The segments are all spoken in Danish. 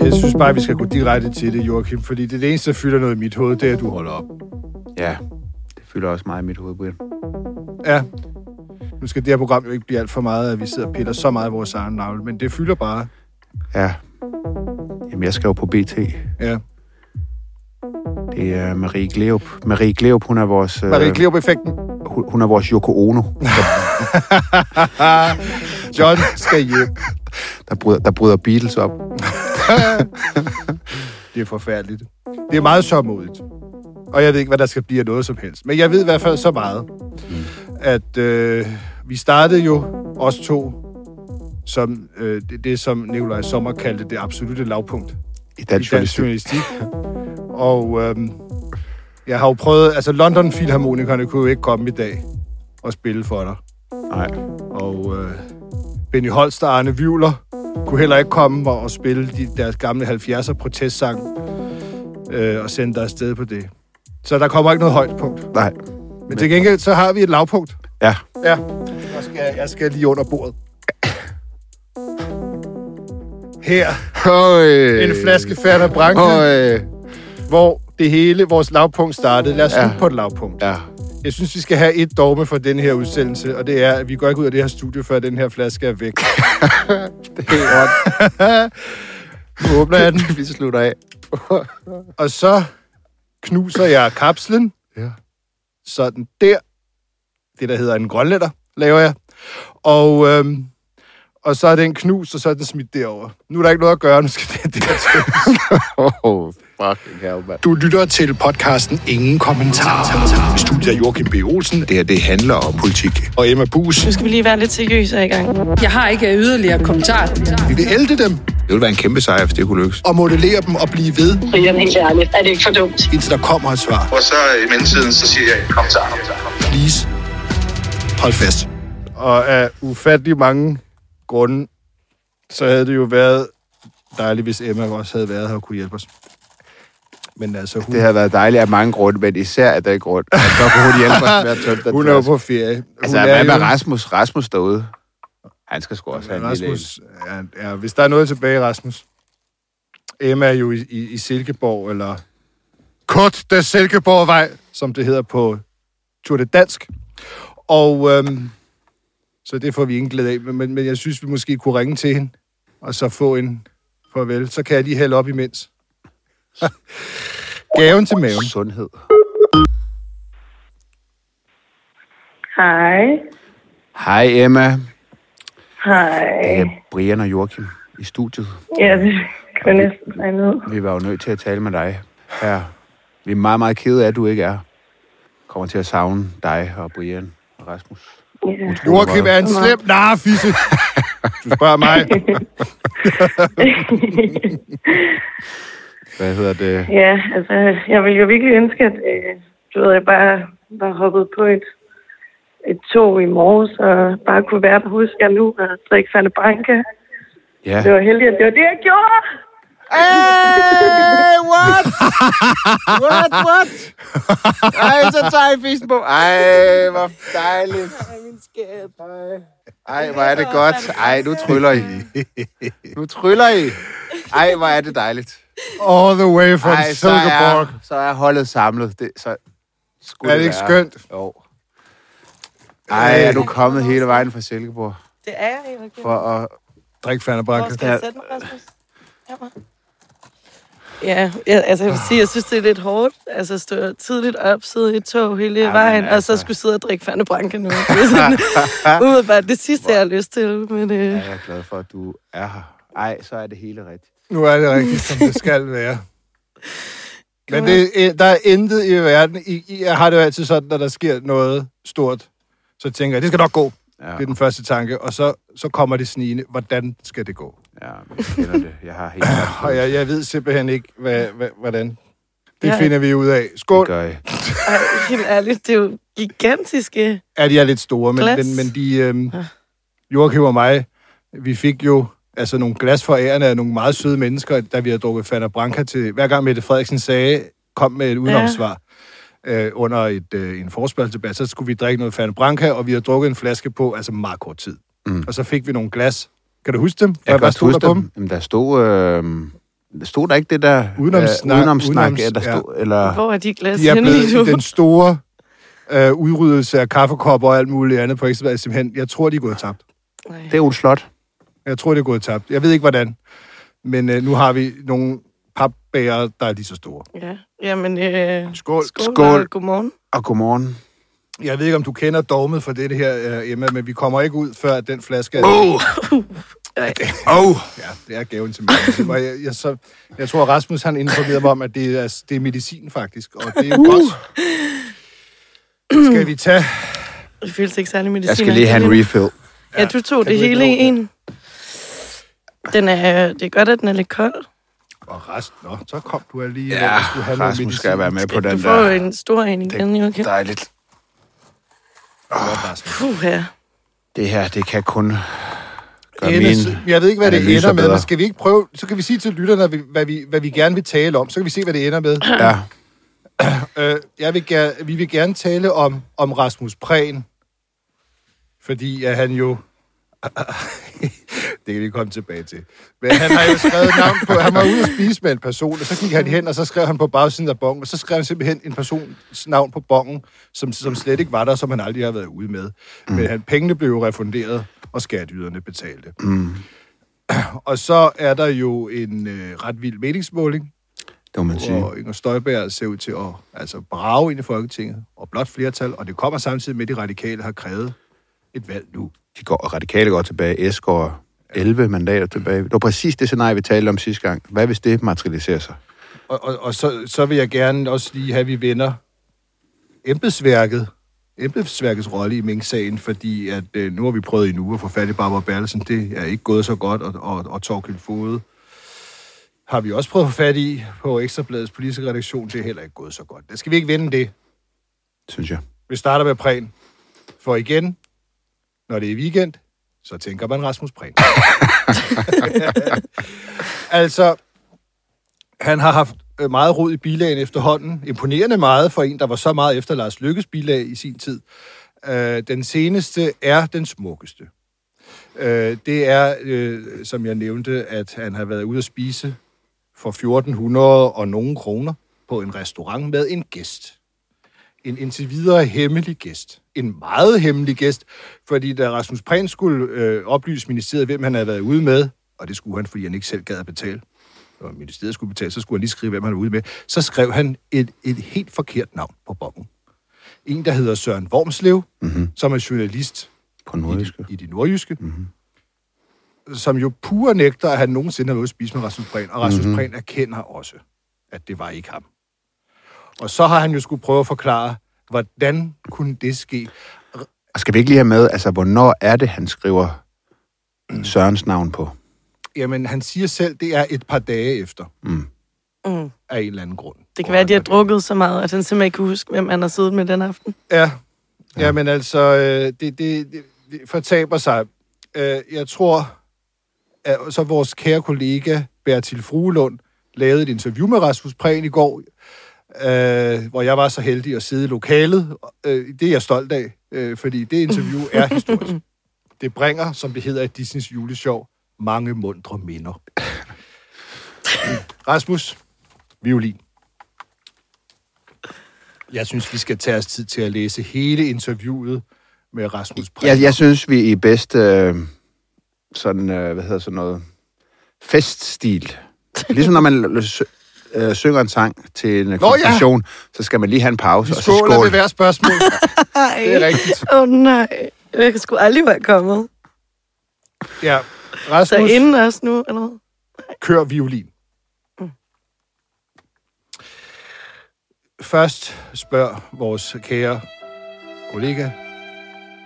Jeg synes bare, vi skal gå direkte til det, Joachim, fordi det, er det eneste, der fylder noget i mit hoved, det er, at du holder op. Ja, det fylder også meget i mit hoved, Brian. Ja. Nu skal det her program jo ikke blive alt for meget, at vi sidder og piller så meget af vores egen navle, men det fylder bare. Ja. Jamen, jeg skal jo på BT. Ja. Det er Marie Gleup. Marie Gleup, hun er vores... øh, Marie Kleop-effekten. hun, hun er vores Yoko Ono, John skal hjem. der bryder, der bryder Beatles op. Det er forfærdeligt. Det er meget sørmodigt. Og jeg ved ikke, hvad der skal blive af noget som helst. Men jeg ved i hvert fald så meget, at øh, vi startede jo os to som øh, det, det, som Nikolaj Sommer kaldte det absolute lavpunkt I i dansk dansk journalistik. journalistik. Og øh, jeg har jo prøvet... Altså, London Philharmonikerne kunne jo ikke komme i dag og spille for dig. Nej. Og øh, Benny Holst og Arne Vivler kunne heller ikke komme og, og spille de, deres gamle 70'er protestsang øh, og sende dig afsted på det. Så der kommer ikke noget højdepunkt. Nej. Men til gengæld, så har vi et lavpunkt. Ja. Ja, jeg skal, jeg skal lige under bordet. Her, Høj. en flaske Fanta Branca, Høj. hvor det hele, vores lavpunkt startede. Lad os Ja. slutte på et lavpunkt. Ja. Jeg synes, vi skal have et dogme for den her udsendelse, og det er, at vi går ikke ud af det her studie, før den her flaske er væk. Det er helt ret. Nu åbner jeg den. Vi slutter af. Og så knuser jeg kapslen. Ja. Sådan der. Det, der hedder en grønletter, laver jeg. Og, øhm, og så er den knust, og så er den smidt derover. Nu er der ikke noget at gøre, nu skal det der til. Oh, fucking hell, man. Du lytter til podcasten Ingen Kommentar. Studier Joachim B. Olsen. Det her, det handler om politik. Og Emma Bus. Nu skal vi lige være lidt seriøse her i gang. Jeg har ikke yderligere kommentarer. Vi vil ælte dem Det ville være en kæmpe sejr, hvis det kunne lykkes. og modellere dem og blive ved, Brian, helt ærligt. Er det ikke for dumt? indtil der kommer et svar. Og så øh, i mellemtiden, så siger jeg, kom så, kom så, kom så. Please. Hold fast. Og af ufattelig mange grunde, så havde det jo været dejligt, hvis Emma også havde været her og kunne hjælpe os. Men altså, hun, Det har været dejligt af mange grunde, men især af den grund. at Så kunne hun hjælpe os med at tømme den. hun er jo flaske. på ferie. Hun Altså, er hvad med jo- Rasmus? Rasmus derude. Han skal sgu også have en lille... Rasmus, ja, ja, hvis der er noget tilbage, Rasmus. Emma er jo i, i, i Silkeborg, eller Kort de Silkeborgvej, som det hedder på Tour de Dansk. Og øhm, så det får vi ingen glæde af, men, men, men jeg synes, vi måske kunne ringe til hende, og så få en farvel. Så kan jeg lige hælde op imens. Gaven til maven. en Sundhed. Hej. Hej Emma. Hej. Det er Brian og Joachim i studiet. Ja, det kan jeg næsten regne ud. Vi var jo nødt til at tale med dig her. Vi er meget, meget kede af, at du ikke er. Kommer til at savne dig og Brian og Rasmus. Ja. Joachim er en slem narfisse. Du spørger mig. Hvad hedder det? ja, altså, jeg ville jo virkelig ønske, at øh, du ved, jeg bare var hoppet på et, et tog i morges, og bare kunne være på hos jer nu og drikke Fanta Branca. Ja, Det var heldigt, at det var det, jeg gjorde. Hey, what? what, what? Ej, så tager jeg fisen på. Ej, hvor dejligt. Ej, hvor er det godt. Ej, nu tryller I. Nu tryller I. Ej, hvor er det dejligt. All the way from Ej, så Silkeborg. er, så er holdet samlet. Det, så skulle Er det ikke være. skønt? Jo. Ej, er du kommet hele vejen fra Silkeborg? Det er jeg, Joachim. For at... Drik Fanta Hvor Branca. skal jeg sætte mig, Rasmus? Her, hva'? Ja, jeg, altså jeg vil sige, jeg synes, det er lidt hårdt. Altså at stå tidligt op, sidde i et tog hele Jamen, vejen, og altså. så skulle sidde og drikke Fanta Branca nu. Det er sådan, umiddelbart det sidste, jeg har lyst til. Men, øh, Ja, jeg er glad for, at du er her. Ej, så er det hele rigtigt. Nu er det rigtigt, som det skal være. Men det, der er intet i verden. I, I, jeg har det jo altid sådan, når der sker noget stort, så tænker jeg, det skal nok gå. Ja. Det er den første tanke. Og så, så kommer det snigende. Hvordan skal det gå? Ja, men jeg kender det. Jeg har helt klart Og jeg, jeg ved simpelthen ikke, hvad, hvad, hvordan. Det Ja. finder vi ud af. Skål! gør I. ej, helt ærligt, det er jo gigantiske. Ja, de er lidt store, men, Glas. men, men de... Øhm, Joachim og mig, vi fik jo altså nogle glas for ærerne af nogle meget søde mennesker, da vi havde drukket Fanta Branca til. Hver gang Mette Frederiksen sagde, kom med et udenomsvar øh, under et, øh, en forspørgselsdebat, så skulle vi drikke noget Fanta Branca, og vi havde drukket en flaske på, altså meget kort tid. Mm. Og så fik vi nogle glas. Kan du huske dem? Hvad- Jeg kan hvad godt stod huske der på dem. Jamen, der stod... Øh, Stod der ikke det der Udenomssnak- udenomsnak udenoms- eller, ja. stod, eller Hvor er de glas De er henne lige nu? blevet i den store øh, udryddelse af kaffekopper og alt muligt andet på Ekstrabladet. Simpelthen, jeg tror, de er gået tabt. Nej. det er Ole Slot. Jeg tror, det er gået tabt. Jeg ved ikke, hvordan. Men øh, nu har vi nogle papbærer, der er lige så store. Ja, jamen, øh, Skål. skål, Skål. skål. og godmorgen. Og godmorgen. Jeg ved ikke, om du kender dogmet for det her, øh, Emma, men vi kommer ikke ud, før at den flaske er... Oh! Oh! Ja, det er gaven til mig. Og jeg, jeg, så, jeg tror, Rasmus han informerede mig om, at det er, det er medicin faktisk, og det er jo uh. godt. Skal vi tage... Det føles ikke særlig medicin. Jeg skal lige have en refill. Ja, du tog Kan det du ikke hele nå i det? en. Den er, det er godt, at den er lidt kold. Og rest... Nå, så kom du alligevel. Ja, hvis du havde noget Rasmus medicin. skal være med på Du den får jo der. en stor en igen, jo. Okay? Dejligt. Godt, Rasmus. Puh, ja. Det her, det kan kun gøre Endes, min... jeg ved ikke, hvad det analyser ender med, bedre. men skal vi ikke prøve... Så kan vi sige til lytterne, hvad vi, hvad vi, hvad vi gerne vil tale om. Så kan vi se, hvad det ender med. Ja. Øh, jeg vil ger- vi vil gerne tale om, om Rasmus Prehn, fordi at han jo... det kan vi komme tilbage til. Men han har jo skrevet navn på... Han var ude at spise med en person, og så gik han hen, og så skrev han på bagsiden af bongen, og så skrev han simpelthen en persons navn på bongen, som, som slet ikke var der, som han aldrig har været ude med. Men han, pengene blev jo refunderet, og skatteyderne betalte. Mm. Og så er der jo en øh, ret vild meningsmåling, Det må man sige. hvor Inger Støjberg ser ud til at altså, brage ind i Folketinget, og blot flertal, og det kommer samtidig med, at de radikale har krævet et valg nu. De går og radikale går tilbage. S går 11 mandater tilbage. Det var præcis det scenarie, vi talte om sidste gang. Hvad hvis det materialiserer sig? Og, og, og så, så vil jeg gerne også lige have, at vi vender embedsværket, embedsværkets rolle i Mink-sagen, fordi at, øh, nu har vi prøvet i en uge at få fat i Barbara Berlesen. Det er ikke gået så godt, og, og, og Torkild Fode har vi også prøvet at få fat i på Ekstrabladets politiske redaktion. Det er heller ikke gået så godt. Skal vi ikke vende det? Synes jeg. Vi starter med Prehn. For igen, når det er weekend, så tænker man Rasmus Prehn. altså, han har haft øh, meget rod i bilagen efterhånden. Imponerende meget for en, der var så meget efter Lars Lykkes bilag i sin tid. Øh, den seneste er den smukkeste. Øh, det er, øh, som jeg nævnte, at han har været ude at spise for 1400 og nogle kroner på en restaurant med en gæst en indtil videre hemmelig gæst. En meget hemmelig gæst, fordi da Rasmus Prehn skulle øh, oplyse ministeriet, hvem han havde været ude med, og det skulle han, fordi han ikke selv gad at betale, og ministeriet skulle betale, så skulle han lige skrive, hvem han var ude med, så skrev han et, et helt forkert navn på bongen. En, der hedder Søren Wormslev, mm-hmm. som er journalist På nordisk. i det nordjyske, mm-hmm. som jo pure nægter, at han nogensinde har været ude at spise med Rasmus Prehn, og Rasmus mm-hmm. Prehn erkender også, at det var ikke ham. Og så har han jo skulle prøve at forklare, hvordan kunne det ske? Og skal vi ikke lige have med, altså, hvornår er det, han skriver Sørens navn på? Jamen, han siger selv, det er et par dage efter, Mm. af en eller anden grund. Det kan være, at de har drukket så meget, at han simpelthen ikke kan huske, hvem han har siddet med den aften. Ja, ja. men altså, øh, det, det, det, det fortaber sig. Øh, jeg tror, at så vores kære kollega Bertil Fruelund lavede et interview med Rasmus Prehn i går, øh, hvor jeg var så heldig at sidde i lokalet. Øh, det er jeg stolt af, øh, fordi det interview er historisk. Det bringer, som det hedder i Disneys juleshow, mange mundre minder. Rasmus, violin. Jeg synes, vi skal tage os tid til at læse hele interviewet med Rasmus Prehn. Jeg, jeg synes, vi i bedste øh, sådan, øh, hvad hedder sådan noget, feststil. Ligesom når man l- sø- øh, synger en sang til en øh, Nå, ja. konfirmation, så skal man lige have en pause, Vi og så skål. skåler ved hver spørgsmål. det er rigtigt. Åh oh, nej, jeg kan sgu aldrig være kommet. Ja. Så Rasmus, inden os nu, eller hvad? kør violin. Først spørger vores kære kollega,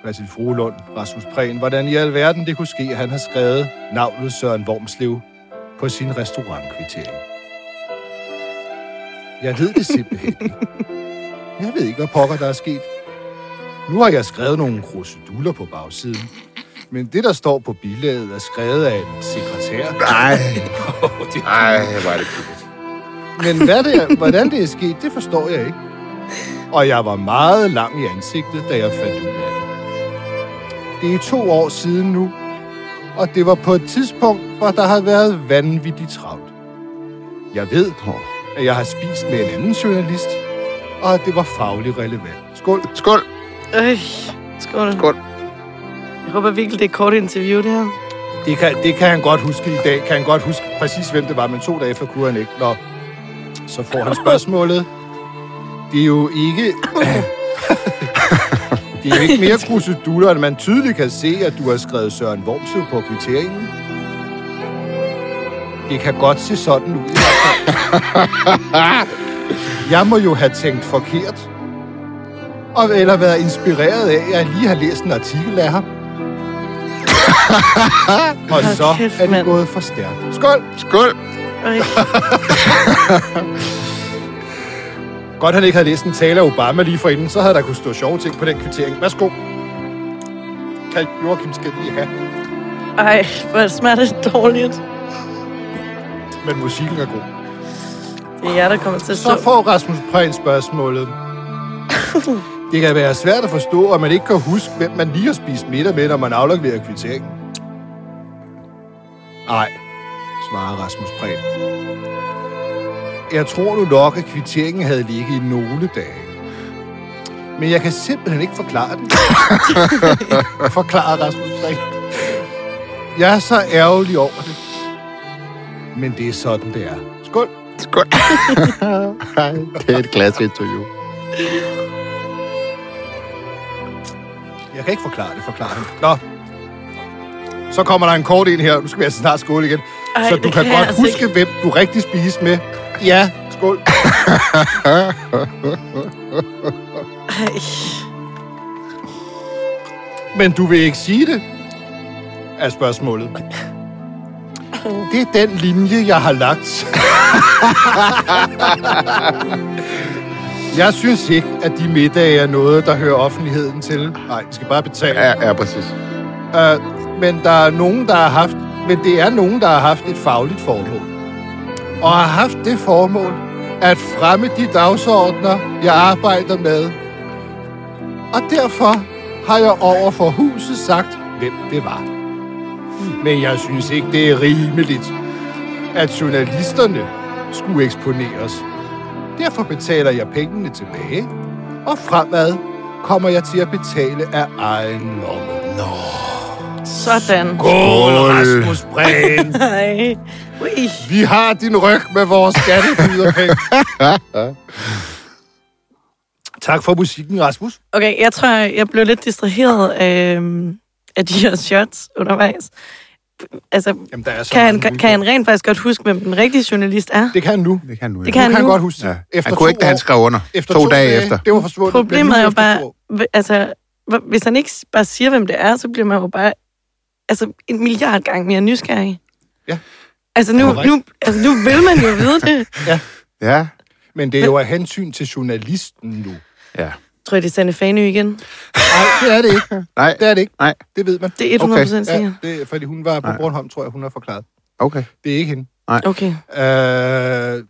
Bertil Fruelund, Rasmus Prehn, hvordan i alverden det kunne ske, at han har skrevet navnet Søren Vormslev på sin restaurantkvittering. Jeg ved det simpelthen ikke. Jeg ved ikke, hvad pokker der er sket. Nu har jeg skrevet nogle kruseduller på bagsiden. Men det, der står på billedet, er skrevet af en sekretær. Nej, det nej, hvor er det pinligt. men hvad det er, hvordan det er sket, det forstår jeg ikke. Og jeg var meget lang i ansigtet, da jeg fandt ud af det. Det er to år siden nu, og det var på et tidspunkt, hvor der havde været vanvittigt travlt. Jeg ved, at jeg har spist med en anden journalist, og at det var fagligt relevant. Skål. Skål. Øj, skål. Skål. Jeg håber virkelig, det er et kort interview, det her. Det kan, det kan han godt huske i dag. Kan han godt huske præcis, hvem det var, men to dage efter kunne han ikke. Nå, så får han spørgsmålet. Det er jo ikke... det er jo ikke mere kruseduller, end man tydeligt kan se, at du har skrevet Søren Wormsø på kvitteringen. Det kan godt se sådan ud. i hvert fald. Jeg må jo have tænkt forkert. Og eller været inspireret af, at jeg lige har læst en artikel af ham. Og Hold så kæft, er det mand. gået for stærkt. Skål! Skål. Øj, Godt, han ikke havde læst en tale af Obama lige forinden, så havde der kunne stå sjove ting på den kvittering. Værsgo. Kan Joachim skal lige have. ej, hvor smager det dårligt. Men musikken er god. Det er jer, der kommer til at Så stå. får Rasmus Prehn spørgsmålet. Det kan være svært at forstå, at man ikke kan huske, hvem man lige har spist middag med, når man afleverer kvitteringen. Nej, svarer Rasmus Prehn. Jeg tror nu nok, at kvitteringen havde ligget i nogle dage. Men jeg kan simpelthen ikke forklare det. forklarer Rasmus Prehn. Jeg er så ærgerlig over det. Men det er sådan, det er. Skål! Skål. Ej, det er et klasse interview. Jeg kan ikke forklare det, forklare han. Nå. Så kommer der en kort en her. Nu skal vi altså snart skåle igen. Ej, Ej, så det du kan kan jeg godt altså huske, ikke. hvem du rigtig spiser med. Ja, skål. Ej, Men du vil ikke sige det, er spørgsmålet. Det er den linje, jeg har lagt. jeg synes ikke, at de middage er noget, der hører offentligheden til. Nej, vi skal bare betale. Ja, ja, præcis. Øh, men der er nogen, der har haft, men det er nogen, der har haft et fagligt formål. Og har haft det formål at fremme de dagsordner, jeg arbejder med. Og derfor har jeg over for huset sagt, hvem det var. Men jeg synes ikke, det er rimeligt, at journalisterne skulle eksponeres. Derfor betaler jeg pengene tilbage, og fremad kommer jeg til at betale af egen lomme. sådan. Skål, Rasmus Prehn. Ej, ui. Vi har din ryg med vores skatteyderpenge. tak for musikken, Rasmus. Okay, jeg tror, jeg blev lidt distraheret af, øhm, af de her shots undervejs. Altså, Jamen, der er så kan han, mange kan han rent faktisk godt huske, hvem den rigtige journalist er? Det kan han nu. Det kan du Kan Det kan han, han kan nu. godt huske. Ja. det. Efter han kunne ikke, da han år- skrev under. efter to, dage, efter. Det var forsvundet. men Problemet lige er jo efter bare, to år. hv- altså, hv- hvis han ikke s- bare siger, hvem det er, så bliver man jo bare altså, en milliard gange mere nysgerrig. Ja. Altså nu, Korrekt. nu, altså, nu vil man jo vide det. Ja. Men det er jo af hensyn til journalisten nu. Ja. Tror I, det er Sanne Fanø igen? Nej, det er det ikke. Nej. Det er det ikke. Nej. Det ved man. Det er 100% Okay, okay. sikkert. Ja, det, er- fordi hun var på Nej. Bornholm, tror jeg, hun har forklaret. Okay. Det er ikke hende. Okay. Øh,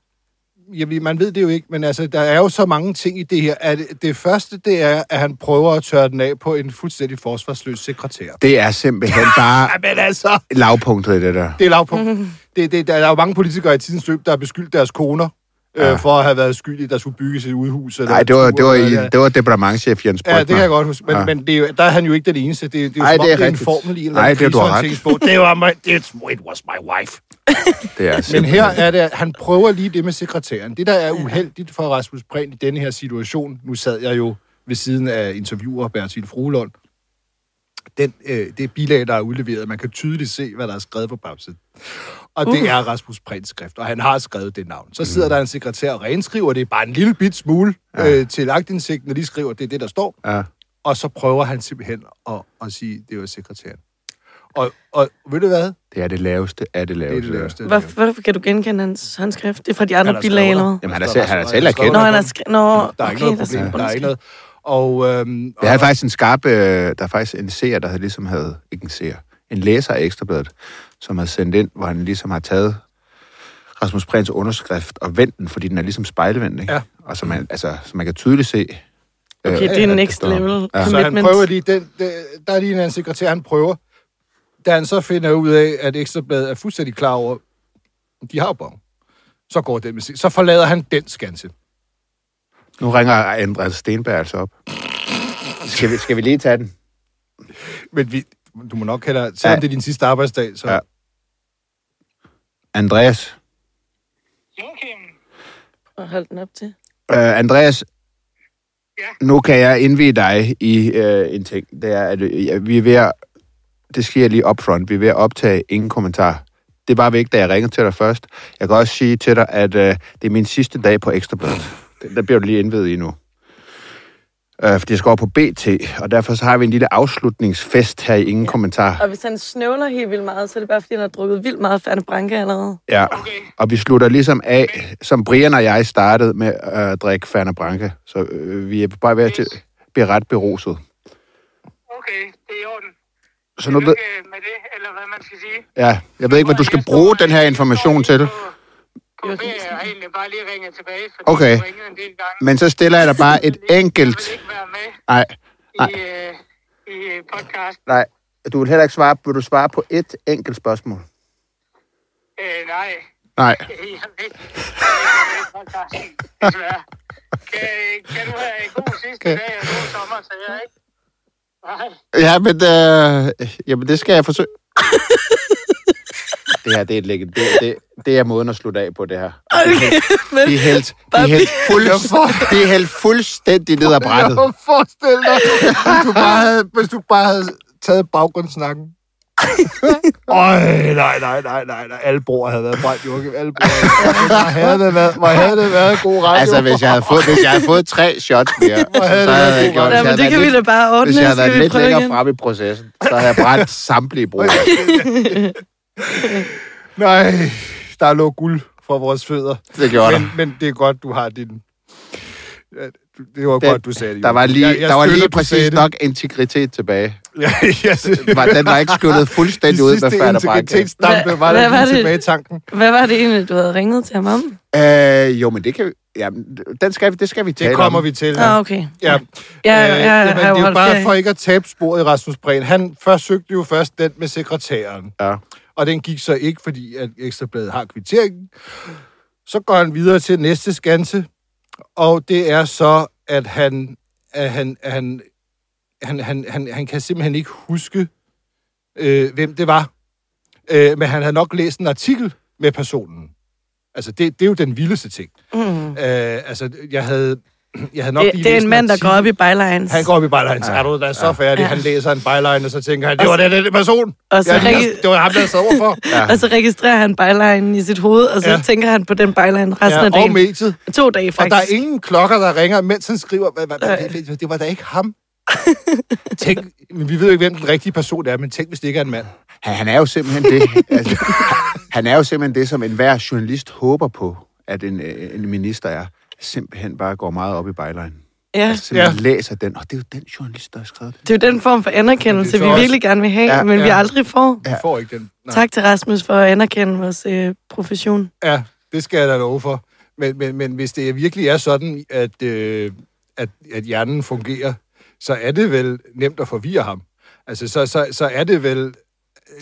jamen, man ved det jo ikke, men altså, der er jo så mange ting i det her. At det første, det er, at han prøver at tørre den af på en fuldstændig forsvarsløs sekretær. Det er simpelthen bare Ja, men altså... lavpunktet i det der. Det er lavpunkt. Det, det, der er jo mange politikere i tidens løb, der har beskyldt deres koner øh, Ja. for at have været skyld i, at der skulle bygges et udhus. Eller Nej, det var, det var, eller- i, det var departementchef Jens Brygner. Ja, det kan jeg godt huske. Men, Ja. ja. men det er jo, der er han jo ikke den eneste. Det, det er jo Ej, som om, det er det er en rigtigt. formel i en eller Ej, anden det er du har ret. krisehåndteringsbog. Det var mig, it's, it was my wife. Det er Men simpelthen- her er det, at han prøver lige det med sekretæren. Det, der er uheldigt for Rasmus Prehn i denne her situation, nu sad jeg jo ved siden af interviewer Bertil Fruelund, den, øh, det bilag, der er udleveret, man kan tydeligt se, hvad der er skrevet på bagsiden. Og det er Rasmus Prehns skrift, og han har skrevet det navn. Så sidder der en sekretær og renskriver det, bare en lille bit smule øh, til agtindsigten, og de skriver, det er det, der står. Ja. Og så prøver han simpelthen at, at sige, det var sekretæren. Og, og ved du hvad? Det er det laveste af det Det er laveste. det laveste. Hvor, hvorfor kan du genkende hans håndskrift? Det er fra de andre Øh. Han har bilag skrevet eller der. hvad? Jamen, han er selv- han er selv erkendt. Nå, han er skrevet... Nå, Der er okay, ikke noget der problem. sådan- Der er ikke noget. Og, øhm, Der er og, faktisk en skarp, øh, der er faktisk en seer, der havde ligesom havde, ikke en seer, en læser af Ekstrabladet, som havde sendt ind, hvor han ligesom har taget Rasmus Prehns underskrift og vendt den, fordi den er ligesom spejlvendt, ikke? Ja. Og så man, altså, så man kan tydeligt se... øh, Okay, det er at next der- level Ja. så han commitment. prøver lige, den, den- der er lige en anden sekretær, han prøver. Da han så finder ud af, at Ekstrabladet er fuldstændig klar over, de har bon, så går den med sin, så forlader han den skanse. Nu ringer Andreas Stenberg altså op. Skal vi, skal vi lige tage den? Men vi, du må nok hellere, selvom Ja. ja. det er din sidste arbejdsdag, så... Ja. Andreas. Og hold den op til. Øh, Andreas, Ja? nu kan jeg indvige dig i øh, en ting. Det er, at øh, ja, vi er ved at, det sker lige upfront, vi er ved at optage ingen kommentar. Det var vigtigt, da jeg ringede til dig først. Jeg kan også sige til dig, at øh, det er min sidste dag på Ekstrabladet. Den- Der bliver du lige indvidet i nu. Øh, fordi jeg skal over på BT, og derfor så har vi en lille afslutningsfest her i Ingen Kommentar. Og hvis han snøvler helt vildt meget, så er det bare, fordi han har drukket vildt meget Fanta Branca allerede. Ja. Okay. Og vi slutter ligesom af, som Brian og jeg startede med øh, at drikke Ferner Branca. Så øh, vi er bare ved at til- blive ret beruset. Okay, det er i orden. Så nu ved, Lykke med det, eller hvad man skal sige. ja, jeg ved ikke, hvad du skal Jeg står- bruge den her information jeg står til. lige på- på ferie, og egentlig bare lige ringer tilbage, fordi Okay. jeg har ringet en del gange. Men så stiller jeg dig bare et Jeg vil ikke- enkelt... Jeg vil ikke være med Nej, i, øh, i øh, podcast. nej. Du vil heller ikke svare. Vil du svare på et enkelt spørgsmål? Øh, nej, Nej. jeg vil ikke jeg vil ikke være med i podcasten, desværre. Kan, kan du have en god sidste dag og god sommer, så jeg ikke... Nej, Ja, men, øh, jamen, det skal jeg forsøge. det her, det er, et, lækkert- det, det, det er måden at slutte af på, det her. Okay, men... De er hældt, de er Bare hældt, fuldst- de er hældt fuldstændig ned ad brættet. Jeg forestil dig, hvis du bare havde, hvis du bare havde taget baggrundssnakken. Øj, nej, nej, nej, nej, nej. Alle broer havde været brændt, Joachim. Alle broer havde været brændt. Hvor havde det været, hvor havde det været god radio. Altså, hvis jeg havde fået, hvis jeg havde fået tre shots mere, så havde det havde været jeg gjort god hvis Ja, jeg men havde det kan været vi da lidt- bare ordne. Hvis jeg havde Skal været vi lidt prøve længere igen? frem i processen, så havde jeg brændt samtlige bruger. Nej, der lå guld fra vores fødder. Det gjorde der. men, men det er godt, du har din... Ja, du- Det var Den- godt, du sagde det. Der var Joachim. lige, Jeg- jeg der var støtter, lige du sagde præcis det. nok integritet tilbage. Ja, jeg Det var- Den var ikke skyllet fuldstændig ud, hvad fanden fanden brændte. integritetsdampe Hvad- var hvad der var lige det? tilbage i tanken. Hvad var det egentlig, du havde ringet til ham om? Øh, jo, men det kan vi... Jamen, den skal, vi- det skal vi tale Det kommer om. vi til. Ah, okay. Ja. Ja, Øh, ja, ja, jamen, jeg har det er jo holdt bare ferie. for ikke at tabe sporet i Rasmus Prehn. Han forsøgte jo først den med sekretæren. Ja. Og den gik så ikke, fordi at Ekstrabladet har kvitteringen. Så går han videre til næste skanse, og det er så, at han, at han, at han, han, han, han, han kan simpelthen ikke huske, øh, hvem det var. Øh, men han havde nok læst en artikel med personen. Altså, det, det er jo den vildeste ting. Mm. Øh, altså, jeg havde, jeg havde nok lige Det, det er læst en mand, der artikel. går op i bylines. Han går op i bylines. Ja. Er du da så færdig? Ja. Ja. Han læser en byline, og så tænker han, det var den, den person. Og så ja, rigtig- det var ham, der sad overfor. Ja. Og så registrerer han bylinen i sit hoved, og så ja. Ja. tænker han på den byline resten ja, af Ja, og dagen. mediet. To dage faktisk. Og der er ingen klokker, der ringer, mens han skriver, "Hvad- hvad- hvad- det- det- det var da ikke ham. tænk, men vi ved jo ikke, hvem den rigtige person er, men tænk, hvis det ikke er en mand. Han, han er jo simpelthen det. Altså, han er jo simpelthen det, som enhver journalist håber på, at en, øh, en minister er. Simpelthen bare går meget op i byline. ja. Altså, simpelthen ja. læser den, og det er jo den journalist, der har skrevet det. Det er jo den form for anerkendelse, Men det vi er så virkelig gerne vil have, ja, Ja, men vi ja. aldrig får. Vi får ikke den. Nej. Tak til Rasmus for at anerkende vores øh, profession. Ja, det skal jeg da love for. Men, men, men hvis det virkelig er sådan, at, øh, at, at hjernen fungerer, så er det vel nemt at forvirre ham. Altså, så, så, så er det vel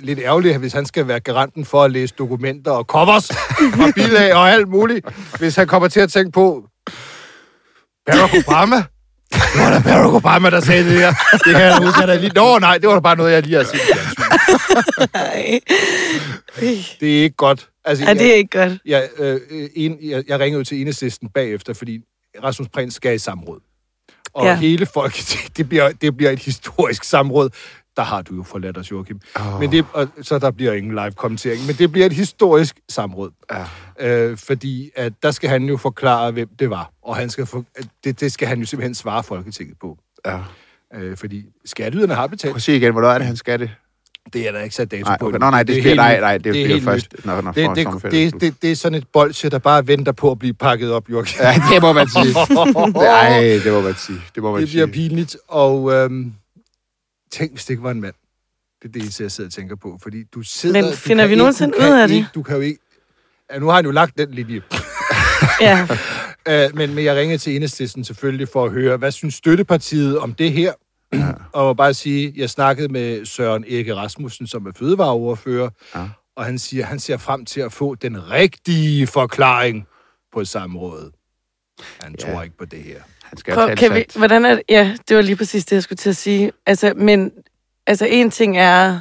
lidt ærgerligt, hvis han skal være garanten for at læse dokumenter og covers og bilag og alt muligt, hvis han kommer til at tænke på Barack Obama. Det var da Barack Obama, der sagde det her. Det kan jeg da huske, jeg da lige... Nå, nej, det var da bare noget, jeg lige har set. i fjernsynet. Ej. Det er ikke godt. Altså, Ja, det er ikke godt. jeg, øh, øh, en, jeg, jeg ringede jo til enhedslisten bagefter, fordi Rasmus Prehn skal i samråd. Og Ja. ja. hele folket, det bliver, det bliver et historisk samråd. Der har du jo forladt os, Joachim. Oh. Men det, og, så der bliver ingen live-kommentering. Men det bliver et historisk samråd. Ja. Øh, fordi at der skal han jo forklare, hvem det var. Og han skal for, det, det skal han jo simpelthen svare Folketinget på. Ja. Øh, fordi skatteyderne har betalt. Prøv at sige igen, hvornår er det, han skal det? Det er der ikke sat dato Nej, på. okay. endnu. Nå, nej, det er bliver- helt nej, nyt. nej, det bliver helt først, nyt. når- når det, for- det, sommerferien er det, det, det, er sådan et bolsje, der bare venter på at blive pakket op, Jørgen. Ja, det må man sige. Nej, det må man sige. Det må man det sige. bliver pinligt, og øhm, tænk, hvis det ikke var en mand. Det er det eneste, jeg sidder og tænker på, fordi du sidder... Men du finder kan vi ikke- nogensinde du kan ud af det? ikke- Du kan jo ikke... Ja, nu har han jo lagt den linje. Ja. Øh, men, men jeg ringede til Enhedslisten selvfølgelig for at høre, hvad synes Støttepartiet om det her? Ja. og bare sige, jeg snakkede med Søren Erik Rasmussen, som er fødevareordfører, ja. og han siger, han ser frem til at få den rigtige forklaring på et samråd. Han ja. Ja. tror ikke på det her. Han skal Prøv, tale kan vi, sandt. hvordan er det? Ja, det var lige præcis det, jeg skulle til at sige. Altså, men, altså, en ting er...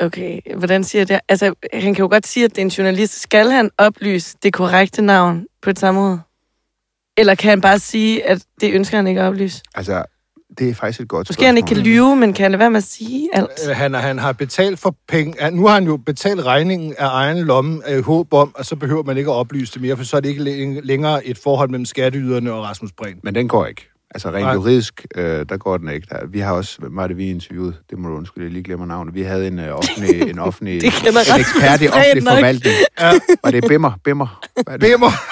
Okay, hvordan siger jeg det? Altså, han kan jo godt sige, at det er en journalist. Skal han oplyse det korrekte navn på et samråd? Eller kan han bare sige, at det ønsker han ikke at oplyse? Altså, det er faktisk et godt Måske han ikke kan spørgsmål. lyve, men kan han lade være med at sige alt? Øh, Han, han har betalt for penge. han- Nu har han jo betalt regningen af egen lomme af håb om, at så behøver man ikke at oplyse det mere, for så er det ikke læ- længere et forhold mellem skatteyderne og Rasmus Breen. Men den går ikke. Altså rent Nej. Nej. juridisk, øh, der går den ikke. Der, vi har også, hvem var det, vi interviewede? Det må du undskylde, jeg lige glemmer navnet. Vi havde en øh, offentlig, en, offentlig, Det kender en ekspert i Rasmus offentlig Prehn nok. forvaltning. Ja. Og det er Bimmer. Bimmer. Hvad er det? Bimmer!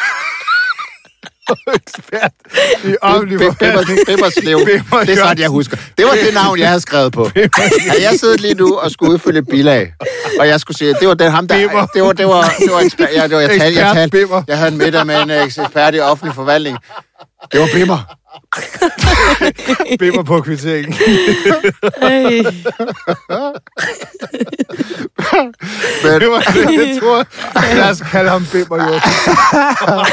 Ekspert i Bimmer, omnivold. Bimmer, Bimmerslev. Bimmer Det er sådan, jeg Jørgensen. husker. Det var det navn, jeg havde skrevet på. Havde jeg siddet lige nu og skulle udfylde et bilag, og jeg skulle sige, at det var den ham, der... Bimmer. Det var, det var, det var, ekspert, ja, det var jeg, talte, Ekspert jeg, talte, Bimmer. jeg havde en middag med en øh, ekspert i offentlig forvaltning. Det var Bimmer. Bimmer på kvitteringen. Ej. Men, Det var det, jeg troede. Lad os kalde ham Bimmer, jo. Ah.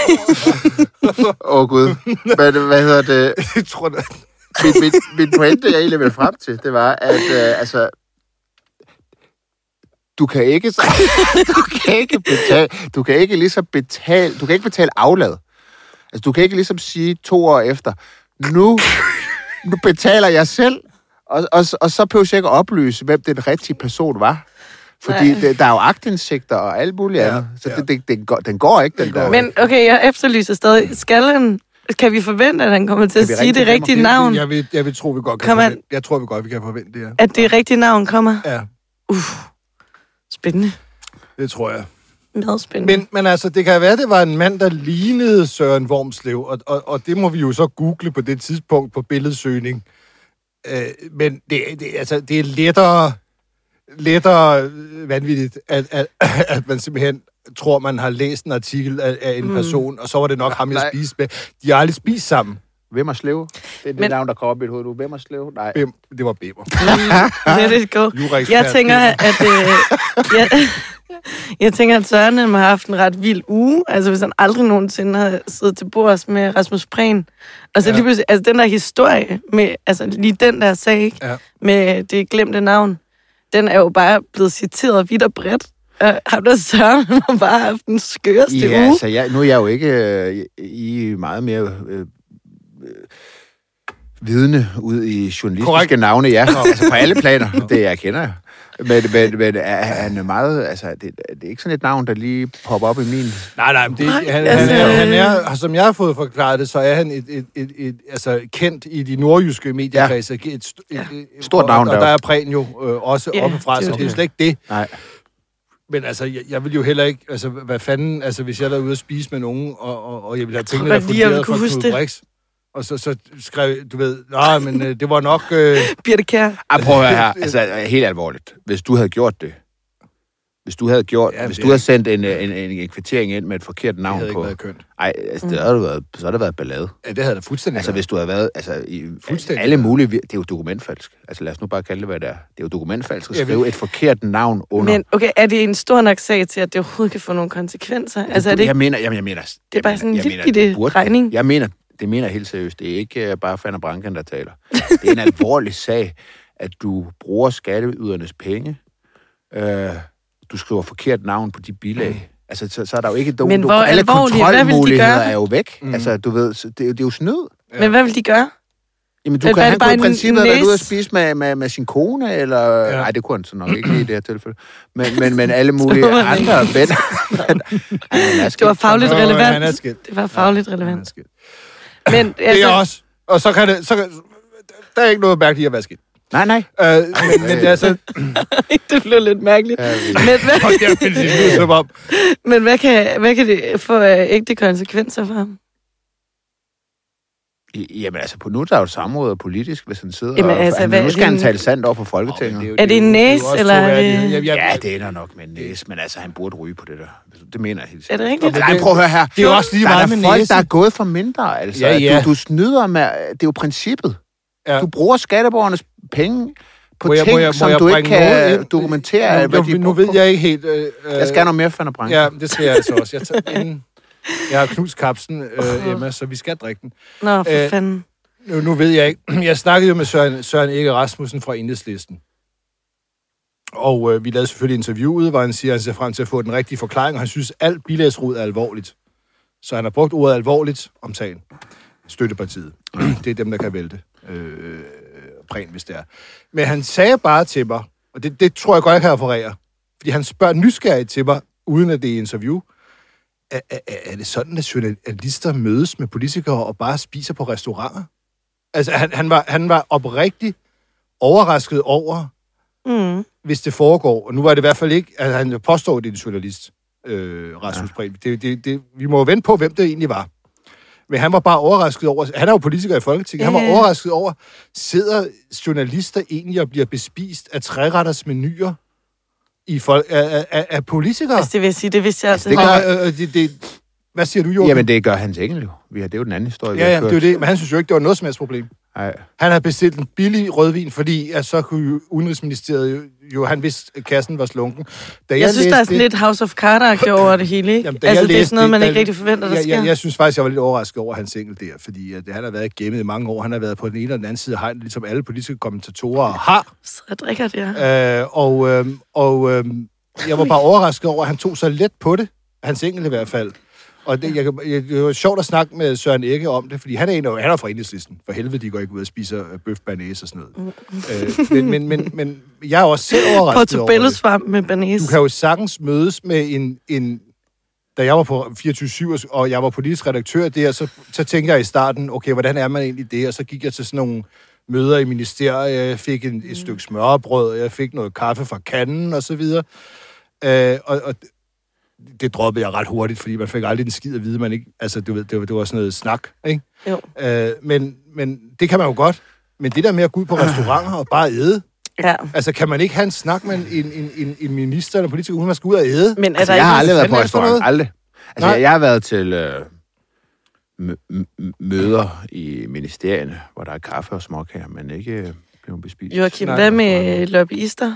Åh oh, gud. Men hvad hedder det? Jeg tror, det. Min, min, min pointe, jeg egentlig ville frem til, det var, at øh, altså, du kan ikke så- du kan ikke betale, du kan ikke ligesom betale, du kan ikke betale aflad. Altså, du kan ikke ligesom sige to år efter, nu, nu betaler jeg selv, og, og, og så behøver jeg ikke at oplyse, hvem den rigtige person var. Fordi Nej. det, der er jo agtindsigter og alt muligt Ja, andet. Så ja. det, det, den, går, den går ikke, den, Den der. går Men okay, jeg efterlyser stadig. Skal han... Kan vi forvente, at han kommer til at Kan vi sige ringe det til rigtige Bimmer? navn? Jeg vil, jeg vil tro, vi godt kan, Kan man- forvente. Jeg tror, vi godt vi kan forvente det her. At det rigtige navn kommer? Ja, Spændende. det tror jeg. Meget spændende. Men, men altså, det kan være, det var en mand, der lignede Søren Wormslev, og, og, og det må vi jo så google på det tidspunkt på billedsøgning. Øh, men det, det, altså, det er lettere, lettere øh, vanvittigt, at, at, at man simpelthen tror, man har læst en artikel af, af en mm. person, og så var det nok ham, jeg Nej. spiste med. De har aldrig spist sammen. Hvem er sleve? Det er det Men- navn, der kommer op i mit hoved nu. Hvem er sleve? Nej. Bim, det var Bimmer. Ah, Let it go. Juraekspert Jeg tænker, at... Øh, jeg, jeg tænker, at Søren han må have haft en ret vild uge. Altså, hvis han aldrig nogensinde havde siddet til bords med Rasmus Prehn. Og så Ja. ja. lige pludselig, altså den der historie med, altså lige den der sag, ikke? Ja. Med det glemte navn, den er jo bare blevet citeret vidt og bredt. Og ham der Søren, han har bare haft den skøreste Ja, uge. altså, jeg, nu er jeg jo ikke øh, i i meget mere øh, øh, vidne ud i journalistiske Korrekt. Korrekt. navne, ja. altså, på alle planer, det jeg kender jeg. Men, men, men er, han er meget, altså, det, det er ikke sådan et navn, der lige popper op i min... Nej, nej, men det, Nej, han, han, altså- er, han er, som jeg har fået forklaret det, så er han et, et, et, et altså kendt i de nordjyske mediekredse. Ja. Et, st- et, et, Stort navn Og, og der deroppe. er Prehn jo øh, også Ja, yeah, oppefra, det er så jo det er jo det. slet ikke det. Nej. Men altså, jeg, jeg vil jo heller ikke, altså hvad fanden, altså hvis jeg var ude at spise med nogen, og, og, og jeg ville have tænkt, tror at godt jeg lige, jeg funderede ville for kunne huske Knud det. Brix, og så, så skrev, du ved, nej, men øh, det var nok... Øh, Birte Kjær. Ah, prøv at høre her. Altså, helt alvorligt. Hvis du havde gjort det, hvis du havde gjort, Ja, ja, hvis det- du havde sendt en, øh, en, en, en kvittering ind med et forkert det navn havde ikke på... været kønt. Mm. Nej, altså, det havde du været, så havde der været ballade. Ja, det havde der fuldstændig Altså, hvis du har været... Altså, i, Fuldstændig. Alle mulige... vir- Det er jo dokumentfalsk. Altså, lad os nu bare kalde det, hvad det er. Det er jo dokumentfalsk at Jeg ved- skrive et forkert navn under. Men okay, er det en stor nok sag til, at det overhovedet kan få nogle konsekvenser? Altså, er det ikke Jeg mener... Jamen, jeg mener... Det bare sådan en lillebitte regning. Jeg mener... Det mener jeg helt seriøst. Det er ikke uh, bare Fanna Branken, der taler. Det er en alvorlig sag, at du bruger skatteydernes penge. Uh, du skriver forkert navn på de bilag. Mm. Altså, så, så er der jo ikke... Du, Men du, hvor alle alvorlige? Hvad vil de kontrolmuligheder gøre? er jo væk. Mm. Altså, du ved, så det, det er jo snyd. Men hvad vil de gøre? Jamen, du Men kan, var det han bare kunne i en princippet have været næse? ude at spise med, med, med sin kone, eller... Ja. Ja. Ej, det kunne han så nok ikke lige i det her tilfælde. Men, men, men alle mulige må man andre venner. Men, ej, han er Det var skidt. fagligt Nå, han er relevant. skilt. Det var fagligt relevant. skidt. Men Det altså, er også. Og så kan det... Så kan, der er ikke noget mærkeligt i at være skidt. Nej, nej. Øh, men, men altså, det blev lidt mærkeligt. Øh, Men hvad, Hold kæft, men det lyder som om... men hvad, kan, hvad kan det få øh, ægte konsekvenser for ham? I- Jamen, altså, på nu er der jo et samråd politisk, hvis han sidder Jamen, og... altså, Altså, hvad men er nu det skal han en- tale sandt over for Folketinget. Er det en næse, eller er det- Ja, Ja, det det ender nok med en næse, men altså, han burde ryge på det der. Det mener jeg helt Er det sikkert. rigtigt? Nej, prøv at høre her. Det er jo også lige der er meget der med folk, næse. der er gået for mindre, altså. Ja, Ja, ja. ja. Du, du snyder med... Det er jo princippet. Ja. Ja. Du bruger skatteborgernes penge på Må må jeg- ting, må jeg- må som jeg du ikke bringe noget kan øh, ind? dokumentere, nu, hvad de nu, nu brugt ved på. jeg ikke helt... Øh, øh, Jeg skal have noget mere fra Branche. Ja, det skal jeg altså også. Jeg, tager inden, jeg har knust kapsen, øh, Emma, så vi skal drikke den. Nå, for Øh, øh, fanden. Nu, nu ved jeg ikke. Jeg snakkede jo med Søren, Søren Ikke Rasmussen fra Enhedslisten. Og øh, vi lavede selvfølgelig interviewet, hvor han siger, at han ser frem til at få den rigtige forklaring, og han synes, at alt bilagsrod er alvorligt. Så han har brugt ordet alvorligt om sagen. Støttepartiet. det er dem, der kan vælte øh, Prehn, hvis det er. Men han sagde bare til mig, og det, det tror jeg godt, jeg kan referere, fordi han spørger nysgerrigt til mig, uden at det er et interview, er, er, er- er det sådan, at journalister mødes med politikere og bare spiser på restauranter? Altså, han, han, var, han var oprigtigt overrasket over, Mm. hvis det foregår. Og nu var det i hvert fald ikke, at han påstår, at det er en journalist, øh, Rasmus ja. Prehn. Det, det, det, vi må jo vente på, hvem det egentlig var. Men han var bare overrasket over, han er jo politiker i Folketinget, han var Ja. overrasket over, sidder journalister egentlig og bliver bespist af træretters menuer i folk, af, af- af, af politikere? Altså, det vil jeg sige, det vidste jeg altså det ikke. Og, øh, øh, det, det, hvad siger du, Jorgen? Jamen, det gør Hans Engel jo. Vi har, det er jo den anden historie, vi ja, har ja, det er jo kørt. det. Men han synes jo ikke, det var noget som helst problem. Ej. altså, Han havde bestilt en billig rødvin, fordi at så kunne jo Udenrigsministeriet jo, jo han vidste, at kassen var slunken. Da Jeg, jeg synes, læste der er sådan det- lidt House of cards over det hele, ikke? Jamen, da altså, jeg det er læste sådan noget, man der- ikke rigtig forventer, der jeg, sker. Jeg, jeg synes faktisk, jeg var lidt overrasket over hans enkelt der, fordi at han har været gemmet i mange år. Han har været på den ene og den anden side af hegnet, ligesom alle politiske kommentatorer har. Så jeg drikker det her. Øh, og øh, og øh, jeg var bare overrasket over, at han tog så let på det. Hans enkelt i hvert fald. Og det, jeg, kan- jeg, det var sjovt at snakke med Søren Ikke om det, fordi han er, en, af- han er fra enhedslisten. For helvede, de går ikke ud og spiser øh, bøf banæs og sådan noget. øh, men, men, men, men jeg er også selv overrasket over det. Portobello-svamp med banæs. Du kan jo sagtens mødes med en... en da jeg var på 24-7, og jeg var politisk redaktør der, så, så tænkte jeg i starten, okay, hvordan er man egentlig det? Og så gik jeg til sådan nogle møder i ministeriet, jeg fik en, et stykke smørbrød, jeg fik noget kaffe fra kanden, og så videre. Øh, og, og det- det droppede jeg ret hurtigt, fordi man fik aldrig den skid at vide, man ikke... Altså, du ved, det var, det var sådan noget snak, ikke? Jo. Øh, men, men det kan man jo godt. Men det der med at gå ud på restauranter og bare æde, Ja. Altså, kan man ikke have en snak med en, en, en, en minister eller en politiker, uden man skal ud og æde? Men er Altså, der jeg ikke har aldrig været fanden på er det for restaurant. Aldrig. Altså, Nej. Nej. jeg har været til øh, mø- mø- møder i ministerierne, hvor der er kaffe og småkager, men ikke øh, blev bespist. Joachim, Nej, hvad med lobbyister?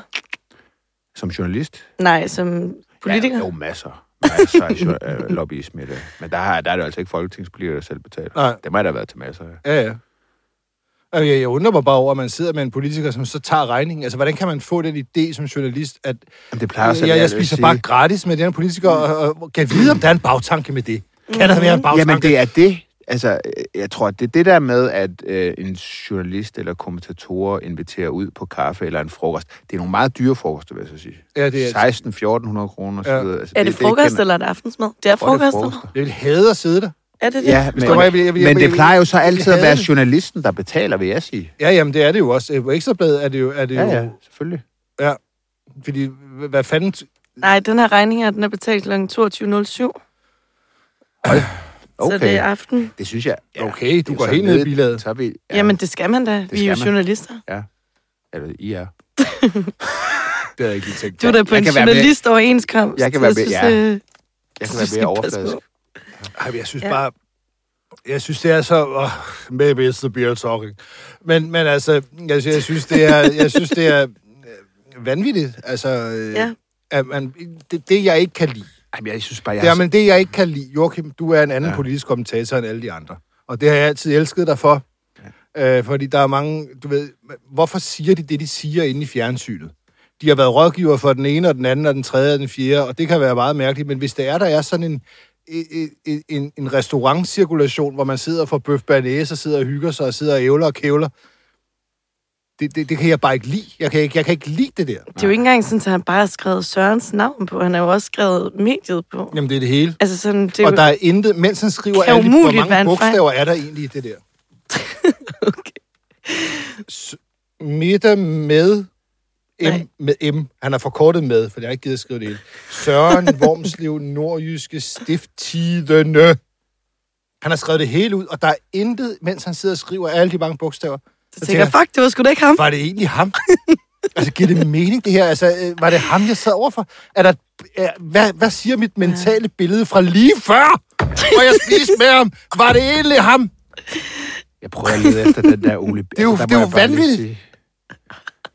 Som journalist? Nej, som politiker? Ja, jo, masser. Masser af jo- øh, lobbyisme i det. Men der, har, der er det altså ikke folketingspolitikere, der selv betaler. Nej. Det må jeg da have været til masser af. Ja, ja. Altså, Jeg, jeg undrer mig bare over, at man sidder med en politiker, som så tager regningen. Altså, hvordan kan man få den idé som journalist, at Jamen, det plejer selv, jeg, jeg vil spiser sige. bare gratis med den her politiker, og, og kan vide, om der er en bagtanke med det? Kan der være en bagtanke? Mm-hmm. Jamen, det er det. Altså, øh, jeg tror, at det er det der med, at øh, en journalist eller kommentatorer inviterer ud på kaffe eller en frokost. Det er nogle meget dyre frokoster, vil jeg så sige. Ja, det er- 16-1400 kroner og så Ja. videre. Altså, Er det frokost, eller er det aftensmad? Det er Jeg tror, det er frokost, eller? Jeg vil hade at sidde der. Er det det? Ja, men, der var- jeg vil- jeg vil- jeg men vil- det plejer jo så jeg vil altid at have være det. journalisten, der betaler, vil jeg sige. Ja, jamen, det er det jo også. Øh, På Ekstrabladet er det jo... Er det Ja, jo ja, selvfølgelig. Fordi, h- hvad fanden... Nej, den her regning her, den er betalt kl. 22.07. Så det er Okay, aften. det synes jeg. Ja, Okay, du det er går så helt ned i lidt- bilaget. Så er vi, ja, Jamen, det skal man da. Vi er skal jo man. journalister. Eller, I er. Det havde jeg ikke lige tænkt Du er da på jeg en kan være med. journalistoverenskomst. Jeg kan være med, ja. øh, Jeg Du kan være skal mere passe på. overfladisk. Ej, men jeg synes ja. Ja. bare... Jeg synes, det er så... Oh, maybe it's the beer talking. Men, men altså, jeg, jeg synes, det er, jeg synes, det er øh, vanvittigt. Altså, ja. Ja. at man, det, det, jeg ikke kan lide. Jamen, jeg synes bare, jeg Det er, har- men det, jeg ikke kan lide, Joachim, du er en anden ja. Ja. politisk kommentator end alle de andre. Og det har jeg altid elsket dig for. Ja. Øh, fordi der er mange... Du ved, hvorfor siger de det, de siger inde i fjernsynet? De har været rådgiver for den ene, og den anden, og den tredje, og den fjerde, og det kan være meget mærkeligt, men hvis det er, der er sådan en, en, en, en restaurantcirkulation, hvor man sidder for bøf banæs, og sidder og hygger sig, og sidder og ævler og kævler, det, det, det kan jeg bare ikke lide. Jeg kan ikke, jeg kan ikke lide det der. Det er jo ikke engang sådan, at han bare har skrevet Sørens navn på. Han har jo også skrevet mediet på. Jamen, det er det hele. Altså sådan, det er og jo... der er intet, mens han skriver Kan alle de, hvor umuligt være mange en fejl. bogstaver er der egentlig i det der? Okay. S- middag med M, Nej. med M. Han har forkortet med, for jeg har ikke givet at skrive det hele. Søren Vormslev, Nordjyske Stifttidene. Han har skrevet det hele ud, og der er intet, mens han sidder og skriver alle de mange bogstaver. Så tænker jeg, fuck, det var sgu da ikke ham. Var det egentlig ham? altså, giver det mening, det her? Altså, øh, var det ham, jeg sad overfor? Er der, er, hvad, hvad siger mit mentale billede fra lige før, hvor jeg spiste med ham? Var det egentlig ham? Jeg prøver at lede efter den der Ole... Det er jo- det er jo vanvittigt.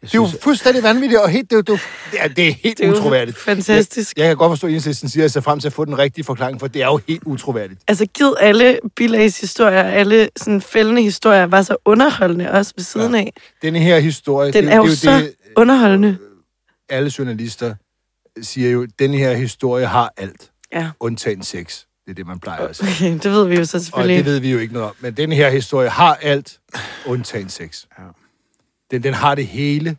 Det er jo fuldstændig vanvittigt, og helt, det, er jo- det, er jo- det, er, det er helt Det er jo utroværdigt. fantastisk. Jeg, jeg kan godt forstå, at Enhedslisten siger, at jeg ser frem til at få den rigtige forklaring, for det er jo helt utroværdigt. Altså, giv alle Bilags historier, alle sådan fældende historier, var så underholdende også ved siden ja. af. Denne her historie, Den det, er jo det, så det, underholdende. alle journalister siger jo, denne her historie har alt, Ja, undtagen sex. Det er det, man plejer at sige. okay, det ved vi jo så Og selvfølgelig. det ved vi jo ikke noget om. Men denne her historie har alt, undtagen sex. Ja. Den, den har det hele.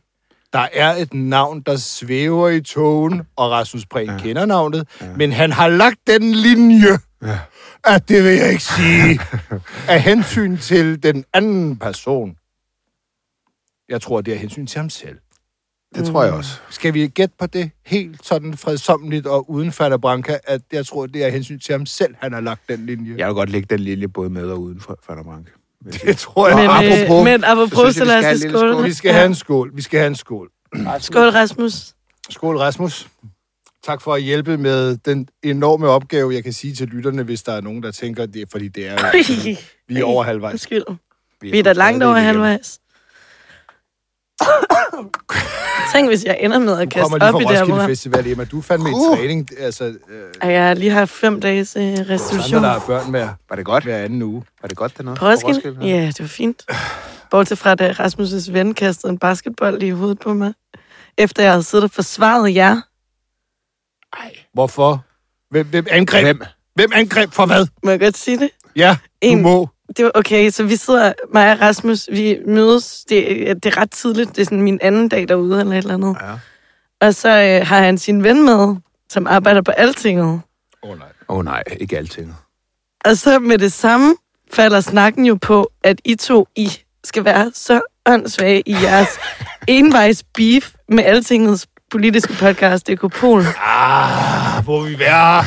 Der er et navn, der svæver i togen, og Rasmus Prehn ja. kender navnet, ja. men han har lagt den linje, ja. at det vil jeg ikke sige, af hensyn til den anden person. Jeg tror, det er af hensyn til ham selv. Det tror jeg også. Skal vi gætte på det helt sådan fredsomligt og uden Fadabranca, at jeg tror, det er af hensyn til ham selv, han har lagt den linje? Jeg vil godt lægge den lille både med og uden for Fanta Brank. Det tror jeg. Men, Og øh, apropos, men apropos, så, synes jeg, vi lad skal have os en lige lille skåle. vi skal have en skål. Vi skal have en skål. Skål, Rasmus. Skål, Rasmus. Tak for at hjælpe med den enorme opgave, jeg kan sige til lytterne, hvis der er nogen, der tænker det, er- fordi det er jo- altså- vi er over halvvejs. Undskyld. Vi er da langt over halvvejs. Tænk, hvis jeg ender med at Du kommer lige kaste op i fra det her Roskilde program. Festival, Emma. Du er fandme i Uh. træning. Altså, øh, Ej, jeg har lige haft fem dages øh, andre, restitution. der er børn med Var det godt? hver anden uge. Var det godt, den noget? På Roskilde? Ja, det var fint. Bortset fra, da Rasmus' ven kastede en basketball i hovedet på mig, efter jeg havde siddet og forsvaret jer. Hvorfor? Hvem, hvem angreb? Hvem? Hvem? hvem angreb for hvad? Må jeg godt sige det? Ja, du En- må. det var okay, så vi sidder, mig og Rasmus, vi mødes, det, det er ret tidligt, det er sådan min anden dag derude eller et eller andet. Ja. Og så øh, har han sin ven med, som arbejder på Altinget. Åh, oh, nej. Åh oh, nej, ikke alting. Og så med det samme falder snakken jo på, at I to, I skal være så åndssvage i jeres envejs beef med Altingets politiske podcast, Ekopol. Ah, hvor vi være?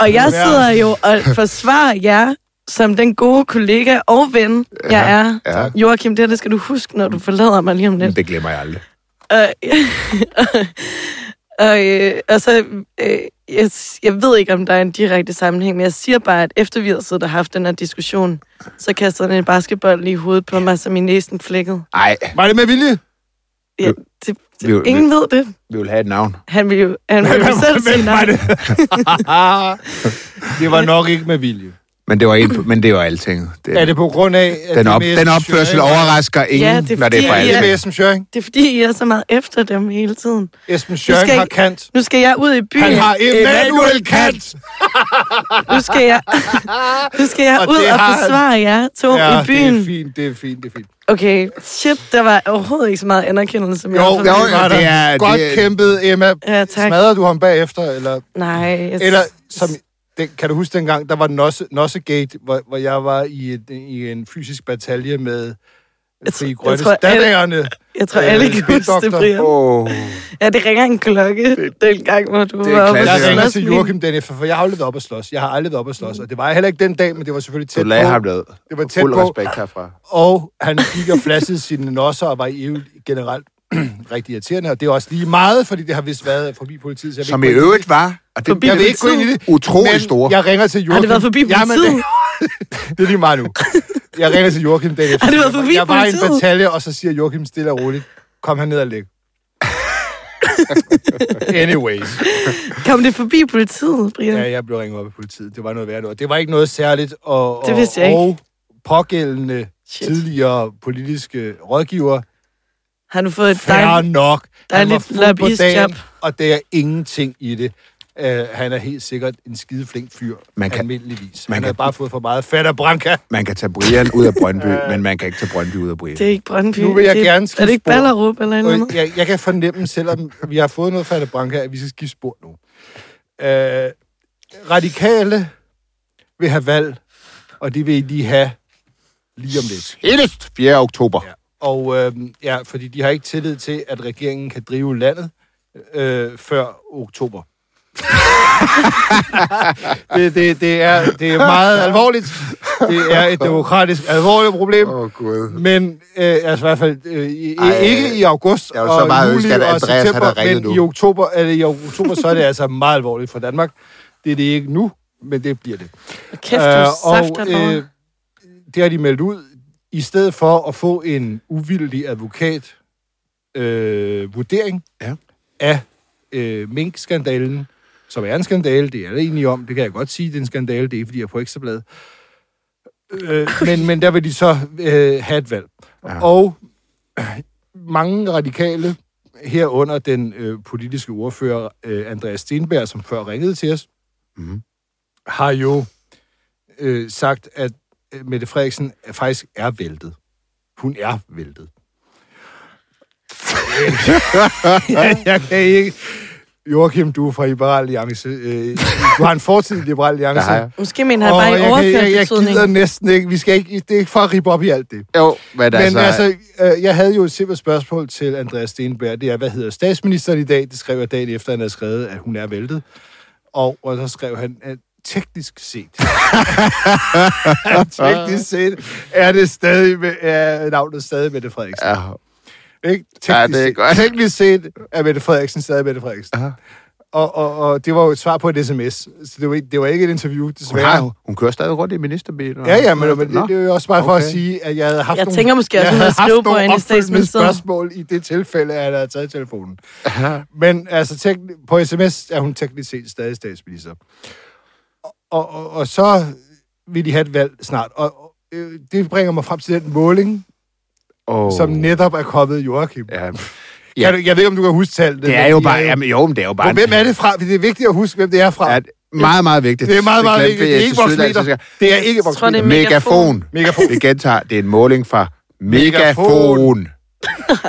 Og jeg sidder jo og forsvarer jer som den gode kollega og ven, jeg er. Ja. Joachim, det her, det skal du huske, når du forlader mig lige om lidt. Det glemmer jeg aldrig. Og, og, øh, og så, øh, jeg, jeg ved ikke, om der er en direkte sammenhæng, men jeg siger bare, at efter vi har siddet og haft den her diskussion, så kastede han en basketball lige i hovedet på mig, som i næsen flækkede. Nej, Var det med vilje? Øh, Ja, det, Vi- vi- det, ingen ved det. vi vil have et navn. Han ville jo, han ville jo selv sige nej. det var nok ikke med vilje. Men det var, en, men det var alting. Det, Er det på grund af... At den, det er op, med den Esben opførsel Schøring? overrasker ingen, det er når det er fordi, for Er det alting. med Esben Schøring? Det er fordi, I er så meget efter dem hele tiden. Esben Schøring skal har I- kant. Nu skal jeg ud i byen. Han har Emanuel Kant! Nu skal jeg, nu skal jeg Og ud det og har han. forsvare jer to ja, i byen. det er fint, det er fint, det er fint. Okay, shit, der var overhovedet ikke så meget anerkendelse. Som jeg havde jo, forventet. jo, det er- Godt det er- kæmpet, Emma. altså Ja, tak. Smadrer du ham bagefter? Eller, Nej. Jeg... eller som, den, kan du huske dengang, der var Nosse, Nossegate, hvor, hvor jeg var i, et, i en fysisk batalje med Jeg tr- Fri jeg Grønnes tror, alle- daværende. Jeg tror, Øh, alle kan huske det, spindoktor. Brian. Åh, Ja, det ringer en klokke det, dengang, hvor du det er var oppe. og klassiker. Jeg ringer slås til med Joachim Dennis, for jeg har aldrig været oppe at slås. Jeg har aldrig været oppe at slås, og det var jeg heller ikke den dag, men det var selvfølgelig du tæt lagde på. ham ned. Det var tæt Fuld på. respekt herfra. og han gik og flassede sine nosser og var i øvrigt generelt rigtig irriterende, og det er også lige meget, fordi det har vist været forbi politiet. Så jeg vil Som i ikke gå ind- øvrigt var, og det Forbi Jeg vil ikke gå ind i det. utrolig men store. jeg ringer til Joachim. Har det været forbi Jamen, politiet? det er lige meget nu. Jeg ringer til Joachim dagen efter. Har det været forbi Jeg var i en politiet? batalje, og så siger Joachim stille og roligt, kom han ned og læg. Anyways. Kom det forbi politiet, Brian? Ja, jeg blev ringet op af politiet. Det var noget værd noget. Det var ikke noget særligt. Og, Det vidste og, jeg Og pågældende Shit. Shit. tidligere politiske rådgiver, Har du fået et fair nok. der er Han var lidt fuld på lobbyistjob. dagen, Og der er ingenting i det. Uh, han er helt sikkert en skide flink fyr, Man man kan- kan, almindeligvis. man Man han kan- kan, har bare fået for meget fat af Branca. Man kan tage Brian ud af Brøndby, men man kan ikke tage Brøndby ud af Brian. Det er ikke Brøndby. Nu vil jeg det, er- gerne skifte Er det ikke spor. Ballerup eller et eller Og andet? Øh, jeg, jeg kan fornemme, selvom vi har fået noget fat af Branca, at vi skal skifte spor nu. Uh, radikale vil have valg, og det vil I lige have lige om lidt. Senest 4. oktober. Ja. Og øh, ja, fordi de har ikke tillid til, at regeringen kan drive landet øh, før oktober. det, det, det, er, det er meget alvorligt. Det er et demokratisk alvorligt problem. Åh, Gud. Men øh, altså i hvert fald øh, i, Ej, ikke i august jeg ville så og meget juli ønske, at og Andreas, han havde september, ringet men nu. i oktober, eller i oktober, så er det altså meget alvorligt for Danmark. Det er det ikke nu, men det bliver det. Kæft, du Øh, safter og, øh, øh, det har de meldt ud. I stedet for at få en uvildig advokat øh, vurdering Ja. af øh, minkskandalen, som er en skandale, det er alle enige om, det kan jeg godt sige, det er en skandale, det er ikke, fordi jeg er på ekstrabladet. Øh, men, men der vil de så øh, have et valg. Ja. Og øh, mange radikale, herunder den øh, politiske ordfører øh, Andreas Stenberg, som før ringede til os, Mhm. har jo øh, sagt, at øh, Mette Frederiksen er- faktisk er væltet. Hun er væltet. jeg, jeg kan ikke... Joachim, du er fra Liberal Alliance. Øh, du har en fortid i Liberal Alliance. Der har jeg. Måske mener han bare i jeg, kan- jeg, overført jeg betydning. gider næsten ikke. Vi skal ikke. Det er ikke for at rippe op i alt det. Jo, men, Men altså, altså altså øh, jeg havde jo et simpelt spørgsmål til Andreas Stenberg. Det er, hvad hedder statsministeren i dag? Det skrev jeg dagen efter, han havde skrevet, at hun er væltet. Og, og så skrev han, at teknisk set... teknisk set er det stadig med, er navnet stadig Mette Frederiksen. Ja, Ikke? Teknisk, Ja, det er set. godt. Teknisk set er Mette Frederiksen stadig Mette Frederiksen. Aha. Og, og, og det var jo et svar på et sms. Så det var, ikke- det var ikke et interview, hun, desværre. har, jo- hun kører stadig rundt i ministerbilen. Ja, ja, men, men det, det er jo også bare for at Okay. sige, at jeg havde haft Jeg nogle, tænker måske også, hun jeg havde havde haft skrivebrød nogle inde i opfølgende statsministeriet. spørgsmål i det tilfælde, at jeg havde taget telefonen. Men altså, tek- på sms er hun teknisk set stadig statsminister. Og, og, og så vil de have et valg snart. Og og, øh, det bringer mig frem til den måling, Oh. oh. som netop er kommet i Joachim. Ja. Ja. Kan du, jeg ved ikke, om du kan huske tallet. Det er jo bare... Jamen, jo, men det er jo bare... men hvem er det fra? Det er vigtigt at huske, hvem det er fra. Ja, meget, meget vigtigt. det er meget, meget glemte vigtigt. jeg Det er til ikke Sydland, så voksmeter. skal- Det er ikke Jeg tror, det voksmeter. er Megafon. megafon. Megafon. Vi gentager, det er en måling fra Megafon. Megafon.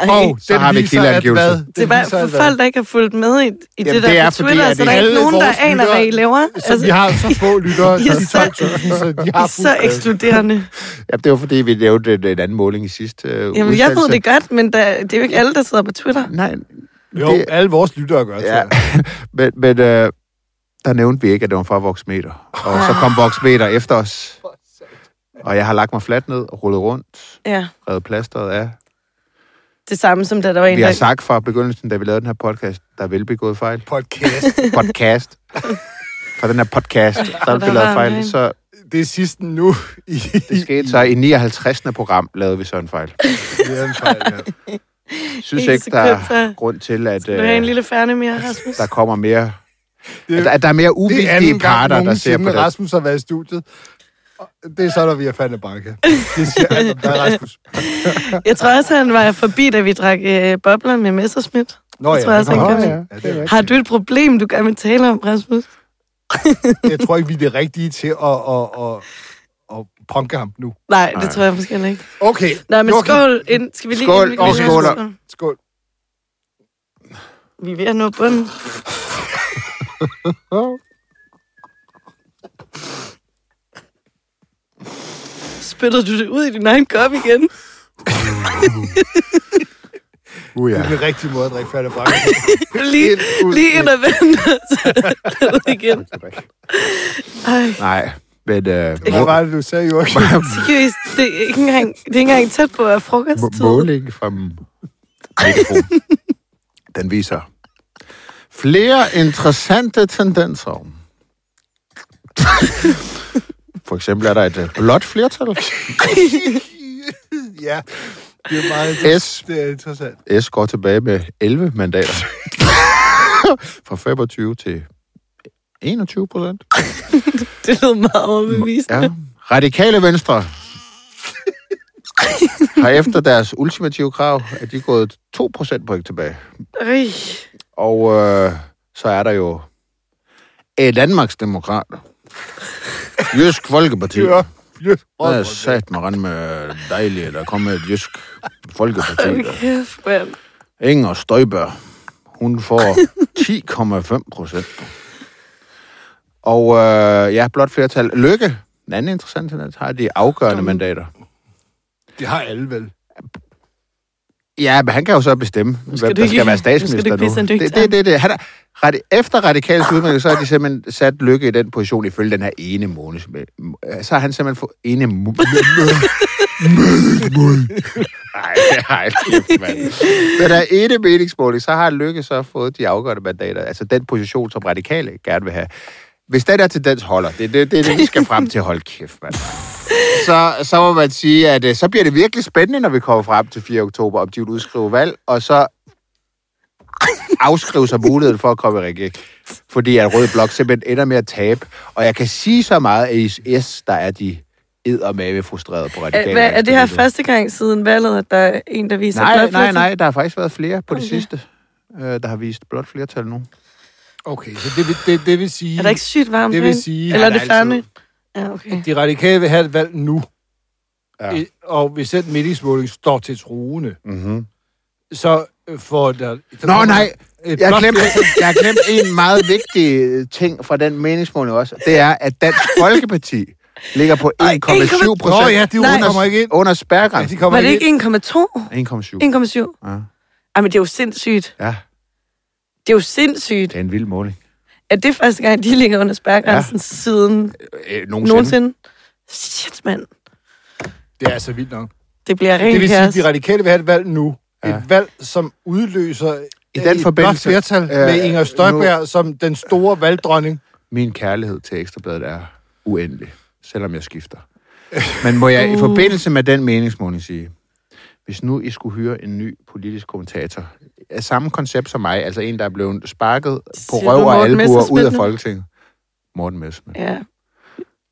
Og så har vi kildeangivelsen. Det er bare altså, for folk, der ikke har fulgt med i, i Jamen, det der det er på fordi, Twitter, at så der er alle ikke nogen, der vores aner, hvad I lyttere- laver. Så altså, vi har altså, så få lyttere, I er de så- 12.000, så de I har er så ekskluderende. Ja, det var fordi, vi lavede en, en anden måling i sidste øh, Jamen, jeg udsendelse. ved det godt, men der, det er jo ikke alle, der sidder på Twitter. Nej, Jo, Det- alle vores lyttere gør det. ja. Ja. men, men øh, der nævnte vi ikke, at det var fra Voxmeter. Og så kom Voxmeter efter os. Og jeg har lagt mig fladt ned og rullet rundt, Ja, revet plasteret af. det samme som da der var en, Vi har der... sagt fra begyndelsen, da vi lavede den her podcast, der er velbegået fejl. Podcast. Podcast. Fra den her podcast, der er der blevet lavet var fejl. en. Så Det er sidste nu i det skete så i 59. program lavede vi så en fejl. Jærenfejl. Ja. synes Ikke ikke, så der kønt, så- er grund til, at Vil du have en øh, lille færne mere, Rasmus? der kommer mere... Det- At, der- at der er mere Det er uvildige anden gang parter, der ser på nogensinde, det. Rasmus har været i studiet. Og Det er så, når vi har fandt banke. Det siger alt om dig, Rasmus. Jeg tror også, han var forbi, da vi drak øh, bobler med Messerschmidt. Nå Jeg tror også, han Nå, gør det. Ja, det er Har du et problem, du gerne vil tale om, Rasmus? rigtigt. jeg tror ikke, vi er det rigtige til at, at, at, at punke ham nu. Nej, det tror jeg måske heller ikke. Okay. Nej, men Joachim. skål. ind. Skal vi lige... Skål, vi kan lige og have en skåler. Skål. Vi er ved at nå bunden. Spytter du det ud i din egen kop igen? Uh, Det ja. er den rigtige måde at drikke fandt banke. Lige, lige ind og vende ud igen. Ej, Nej, men... Øh, Hvad var det, du sagde, Joachim? seriøst, det er ikke engang, det er ikke engang tæt på at være må- frokosttid. måling fra mikrofon. Den viser flere interessante tendenser. For eksempel er der et øh, blåt flertal. ja. Det er meget S det er interessant. S går tilbage med 11 mandater. Fra 25 til 21 procent. Det lød meget overbevisende. Ja. Radikale Venstre har efter deres ultimative krav, at de er gået 2 procentpoint tilbage. Øj, Og øh, så er der jo et Danmarksdemokrat. Jysk Folkeparti. Ja. Ja. Der er sat mig med dejligt, der kommer et Jysk Folkeparti. hold kæft, mand. Inger Støjberg, hun får 10,5 procent. Og øh, ja, blot flertal. Lykke, en anden interessant tendens, har de afgørende mandater. Det har alle vel. Ja, men han kan jo så bestemme, hvem du der ikke- skal være nu skal statsminister du ikke nu. blive så Det, nøgtern. det, det, det. Han er, ret, efter radikals udmelding, så har de simpelthen sat Lykke i den position, ifølge den her ene måned. Så har han simpelthen fået ene måned. Nej, nej, kæft, mand. Den her ene meningsmåling, så har Lykke så fået de afgørende mandater. Altså den position, som radikale gerne vil have. Hvis den her tendens holder, det er det, det, er det, vi skal frem til. Hold kæft, mand. så, så må man sige, at øh, så bliver det virkelig spændende, når vi kommer frem til 4. oktober, om de vil udskrive valg, og så afskrive sig muligheden for at komme i regering. Fordi at Rød Blok simpelthen ender med at tabe. Og jeg kan sige så meget, at i S, der er de eddermame frustreret på radikale. Hvad, er det her Venstre. første gang siden valget, at der er en, der viser et Nej, blåt nej, flertal? nej. Der har faktisk været flere på det sidste, øh, der har vist blot flertal nu. Okay, så det, vil- det, det vil sige... Er der ikke sygt varmt Det vil sige- Eller Ja, er det der er altid- færdigt? Ja, okay. De radikale vil have et valg nu. Ja. I- Og hvis den meningsmåling står til truende, Mm-hmm. så øh, får der... der Nå, nej. Et Jeg har, blåt glemt, flertal. jeg har glemt en meget vigtig øh, ting fra den meningsmåling også. Det er, at Dansk Folkeparti ligger på 1,7 procent. Nå ja, de Nej. kommer ikke ind. Under Ja, spærregrænsen. de kommer Var det ikke ikke 1,2? 1,7. 1,7? Ja. Ej, men det er jo sindssygt. ja, Det er jo sindssygt. det er en vild måling. Er det første gang, de ligger under spærgrænsen ja. siden nogensinde. Øh, nogensinde? Shit, mand. Det er altså vildt nok. Det bliver rent Det vil sige, kaos. at de radikale vil have et valg nu. Ja. Ja. Et valg, som udløser I den et forbindelse- blåt flertal Ja, med Inger Støjberg som den store valgdronning. Min kærlighed til Ekstrabladet er uendelig, selvom jeg skifter. Men må Uh. jeg i forbindelse med den meningsmåling sige, hvis nu I skulle hyre en ny politisk kommentator, af samme koncept som mig, altså en, der er blevet sparket på Siger du røv og Morten albuer ud Messerschmidt af nu? Folketinget. Morten Messerschmidt. Ja.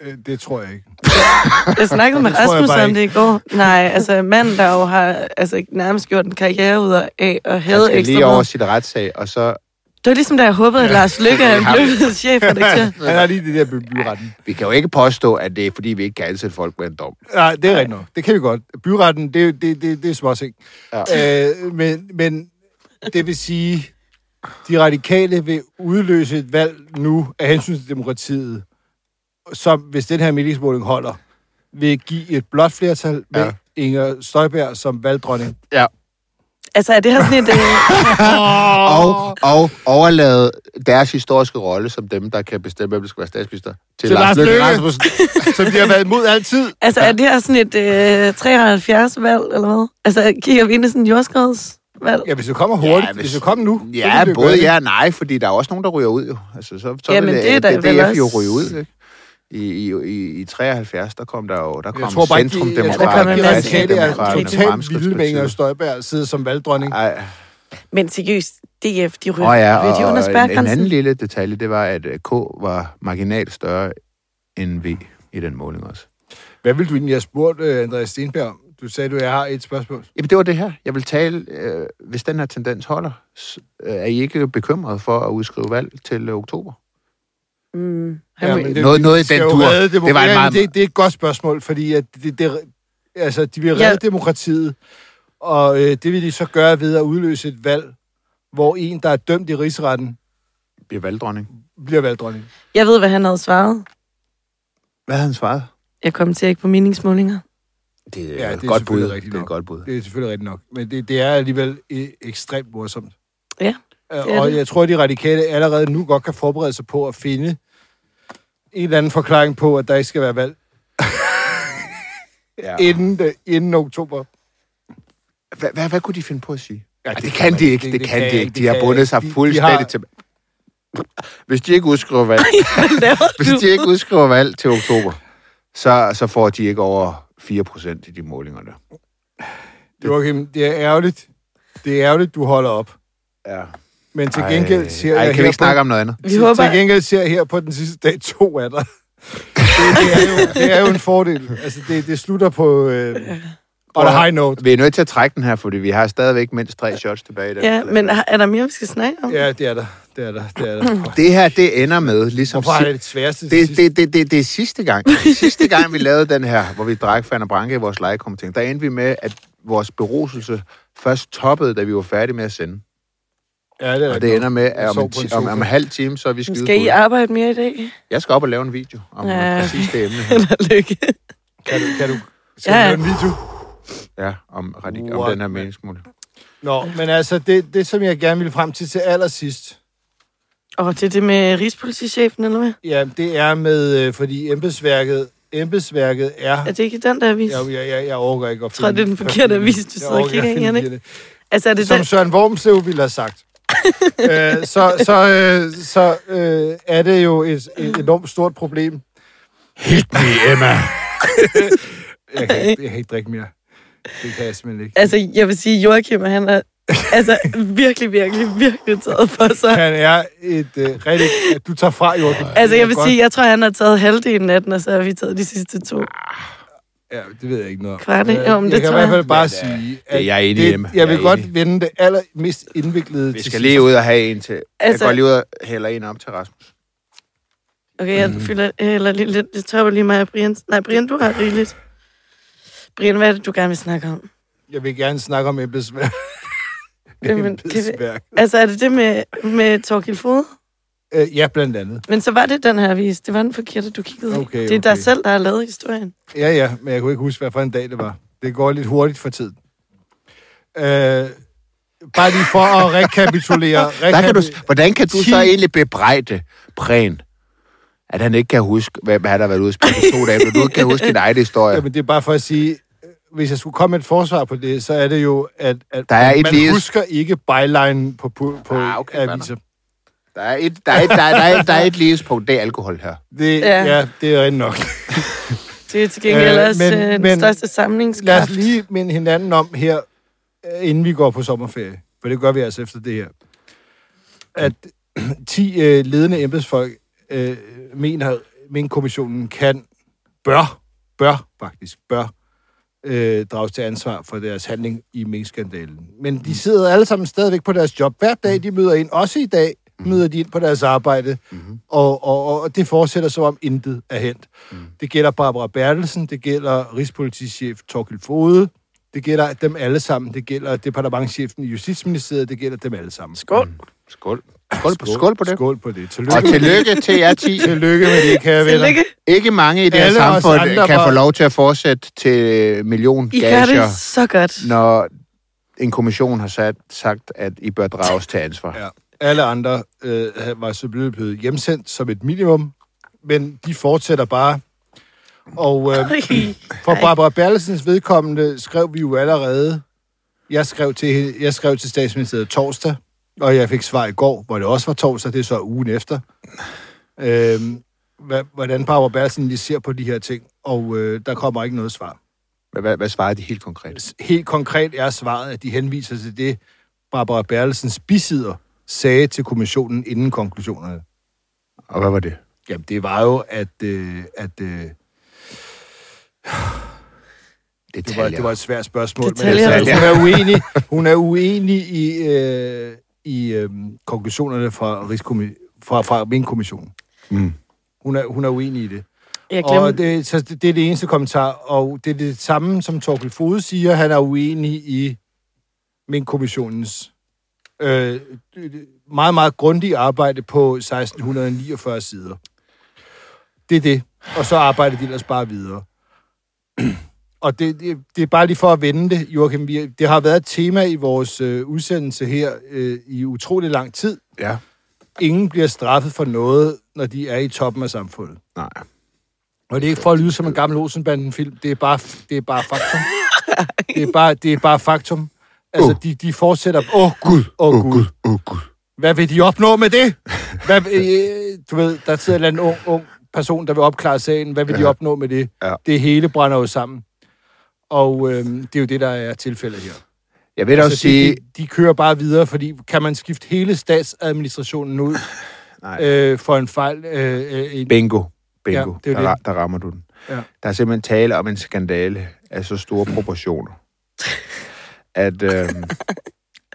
Øh, Det tror jeg ikke. Jeg snakkede med Det tror jeg Rasmus bare om det i går. Nej, altså manden, der jo har altså, nærmest gjort en karriere ud af og Han havde skal ekstra lige over blad. sit retssag, og så... Det var ligesom, da jeg håbede, at Lars Lykke blev chefredaktør. Han har lige det der by- byretten. Vi kan jo ikke påstå, at det er, fordi vi ikke kan ansætte folk med en dom. Nej, det er rigtigt nok. Det kan vi godt. Byretten, det, er jo- det, det, det er småting. Ja. Øh, men, men det vil sige, de radikale vil udløse et valg nu af hensyn til demokratiet, som, hvis den her meningsmåling holder, vil give et blåt flertal med Ja. Inger Støjberg som valgdronning. Ja. Altså, er det her sådan et... Øh, Og, og overlade deres historiske rolle som dem, der kan bestemme, hvem der skal være statsminister, til, til Lars Løkke Rasmussen. som de har været imod altid. altså, er det her sådan et øh, 73-valg, eller hvad? Altså, kigger vi ind i sådan en jordskredsvalg? Ja, hvis du kommer hurtigt. Ja, Ja, hvis- hvis... hvis du kommer nu. Ja, så vil du gøre både det. ja og nej, fordi der er også nogen, der ryger ud jo. Altså, så, så Jamen, ville, det er der øh, vel DF jo også. ryge ud, ikke? I, i, i, I 73, der kom der jo, der kom Jeg tror bare ikke, de, jeg tror bare, Centrumdemokraterne, de Christian radikale er Demokraterne, totalt vilde med Inger Støjberg sidde som valgdronning. Ej, Men seriøst, DF, de rykker Åh ja, oh, de og, under og en, en anden spærgrænsen. lille detalje, det var, at øh, K var marginalt større end V i den måling også. Hvad ville du egentlig have spurgt øh, Andreas Stenberg om? Du sagde, at jeg har et spørgsmål. Jamen, det var det her. Jeg vil tale, øh, hvis den her tendens holder, s- øh, er I ikke bekymret for at udskrive valg til øh, oktober? Mm, han, ja, men øh, Noget- noget i skal den jo dur. redde Det var en demokratiet. meget- Det, det er et godt spørgsmål, fordi at det, det, altså, de vil redde Ja. demokratiet, og øh, det vil de så gøre ved at udløse et valg, hvor en, der er dømt i rigsretten, Bliver valgdronning. bliver valgdronning. jeg ved, hvad han havde svaret. Hvad havde han svaret? Jeg kom til ikke på meningsmålinger. Det Ja, er det er et godt bud. selvfølgelig rigtigt Det er et nok. godt bud. Det er selvfølgelig rigtigt nok, men det, det er alligevel øh, ekstremt morsomt. Ja, Øh, det er og det. jeg tror, at de radikale allerede nu godt kan forberede sig på at finde en eller anden forklaring på, at der ikke skal være valg Ja. inden, det- inden oktober. Hvad, hvad, hvad kunne de finde på at sige? Ja, det, det det kan kan man de ikke, det, kan de ikke. De har kan- bundet sig de- de fuldstændig har- til... Hvis de ikke udskriver valg, Hvad laver hvis du? de ikke udskriver valg til oktober, så, så får de ikke over 4% i de målinger der. Joachim, det er ærgerligt. Det er ærgerligt, du holder op. Ja. Men til gengæld ser Ej, jeg kan vi her ikke snakke på, om noget andet? Vi håber, Til gengæld ser jeg her på den sidste dag to af dig. Det, det, er, jo, det er jo en fordel. Altså, det, det slutter på... Øh, on a high note. Vi er nødt til at trække den her, fordi vi har stadigvæk mindst tre shots tilbage i den. Ja, men er er der mere, vi skal snakke om? Ja, det er der. Det er der. Det er Mm. der. Det her, det ender med, ligesom... Hvorfor er det si- det sværeste til Det, sidst? det, det, det, det er sidste gang. Sidste gang, vi lavede den her, hvor vi drak Fanta Branca i vores lejekompeting, der endte vi med, at vores beruselse først toppede, da vi var færdige med at sende. Ja, det er Og rigtigt. det ender med, at om sov en, på en ti- om, sofa. om en halv time, så er vi skide Skal I fulde. arbejde mere i dag? Jeg skal op og lave en video om Ja. ja. præcis det emne her. Eller lykke? Kan du, kan du, skal Ja. ja. du lave en video? Ja, om, radik- om What? den her meningsmål. Nå, men altså, det, det som jeg gerne vil frem til til allersidst, Åh, det er det med rigspolitichefen, eller hvad? ja, det er med, øh, fordi embedsværket, embedsværket er... Er det ikke den der avis? Jeg, jeg, jeg, jeg overgår ikke at tror, det er den forkerte avis, du Jeg sidder og overgår kigger i, at finde Jannik. det. Altså, er det Som den? Søren Wormslev ville have sagt. øh, så så, øh, så øh, er det jo et, et enormt stort problem. Hit me, Emma. Jeg kan, ikke- jeg kan ikke drikke mere. Det kan jeg simpelthen ikke. Altså, jeg vil sige, Joachim, han er altså, virkelig, virkelig, virkelig taget for sig. Han er et øh, rigtig... Du tager fra, Joachim. Altså, Det er jeg vil godt. sige, jeg tror, han har taget halvdelen af den, og så har vi taget de sidste to. Ja, det ved jeg ikke noget om. Kvarte? Øh, Jo, men det jeg kan i tror hvert jeg. fald bare Men, øh, sige, er jeg enig i, Emma. det, jeg vil Jeg er godt enig. vende det allermest indviklede Vi til skal sidst. lige ud og have en til. Altså, Altså- jeg går lige ud og hælder en op til Rasmus. Okay, jeg Mm. fylder eller lige lidt. Jeg topper lige mig og Brian. Nej, Brian, du har rigeligt. Brian, hvad er det, du gerne vil snakke om? Jeg vil gerne snakke om embedsværk. Jamen, kan vi- embedsværk. Altså, er det det med, med Torgild Fode? Øh, ja, blandt andet. Men så var det den her vis. Det var den forkerte, du kiggede i. Okay, Det er dig okay. selv, der har lavet historien. Ja, ja, men jeg kunne ikke huske, hvad for en dag det var. Det går lidt hurtigt for tiden. Øh, bare lige for at rekapitulere. Der kan du, rekapit- hvordan kan du Ti- så egentlig bebrejde Præn, at han ikke kan huske, hvad, hvad han har været ude at spille i to dage, men du ikke kan huske din egen historie? Jamen, det er bare for at sige, øh, hvis jeg skulle komme med et forsvar på det, så er det jo, at, at Der er et man lige- husker ikke byline på, på, på Ah, okay, fair nok. aviser. Der er et, der er et, der er, der er, der er et ligespunkt, det er alkohol her. Det, ja. Ja. ja, det er rigtigt nok. Det er til gengæld Øh, øh, også men- øh, den men- største Lad os samlingskraft. lige minde hinanden om her, øh, inden vi går på sommerferie, for det gør vi altså efter det her, at 10 øh, ledende embedsfolk øh, mener, men kommissionen kan, bør, bør faktisk, bør, øh, drages til ansvar for deres handling i minkskandalen. Men de sidder alle sammen stadigvæk på deres job. Hver dag, de møder ind, også i dag, Mhm. møder de ind på deres arbejde, og, og, og det fortsætter som om intet er hent. Mhm. Det gælder Barbara Bertelsen, det gælder Rigspolitichef Torkild Fode, det gælder dem alle sammen, det gælder departementchefen i Justitsministeriet, det gælder dem alle sammen. Mm. Skål. Skål. Skål på, skål på det. Skål på det. Tillykke, Og tillykke til jer 10. tillykke med det, kære venner. Tillykke. Ikke mange i det her Alle os samfund andre kan var- få lov til at fortsætte til øh, million I gør det gager, så godt. når en kommission har sat, sagt, at I bør drages til ansvar. Ja. Alle andre øh, var selvfølgelig blevet hjemsendt som et minimum, men de fortsætter bare. Og øh, Ej. for Barbara Berlesens vedkommende skrev vi jo allerede, jeg skrev til, hende- jeg skrev til statsministeriet torsdag, og jeg fik svar i går, hvor det også var torsdag, det er så ugen efter. Øh, hvordan Barbara Berlesen lige ser på de her ting, og øh, der kommer ikke noget svar. Hvad, hvad, hvad svarer de helt konkret? Helt konkret er svaret, at de henviser til det, Barbara Berlesens bisider sagde til kommissionen inden konklusionerne. Og hvad var det? Jamen, det var jo, at, øh, at øh, det, var, Detaljer. det var et svært spørgsmål. Detaljer. Men altså, hun er uenig, hun er uenig i, øh, i øh, konklusionerne fra, Rigskommi- fra, fra min kommission. Mm. Hun, er, hun er uenig i det. Jeg Og glemte. det, så det, det er det eneste kommentar, og det er det samme, som Torkel Fode siger, han er uenig i min kommissionens øh, meget, meget grundige arbejde på 1649 sider. Det er det. Og så arbejder de ellers bare videre. Og det, det, det er bare lige for at vende det, Joachim. Vi, det har været et tema i vores øh, udsendelse her øh, i utrolig lang tid. Ja. Ingen bliver straffet for noget, når de er i toppen af samfundet. Nej. Og det er ikke for at lyde som en gammel Olsenbanden-film. Det er bare, det er bare faktum. det, er bare, det er bare faktum. Altså, de, de fortsætter... Åh, oh, Gud! Åh, oh, Gud! Åh, oh, Gud. Hvad vil de opnå med det? Hvad, øh, du ved, der sidder en eller anden ung, ung person, der vil opklare sagen. Hvad vil ja. de opnå med det? Ja. Det hele brænder jo sammen. Og øh, det er jo det, der er tilfældet her. Jeg vil dog Altså, sige... de, de, de kører bare videre, fordi kan man skifte hele statsadministrationen ud Nej. øh, for en fejl? Øh, øh, en, Bingo. Bingo. Ja, Ja, det er der, jo ra- det. der rammer du den. Ja. Ja. Der er simpelthen tale om en skandale af så store proportioner, at, øhm, at,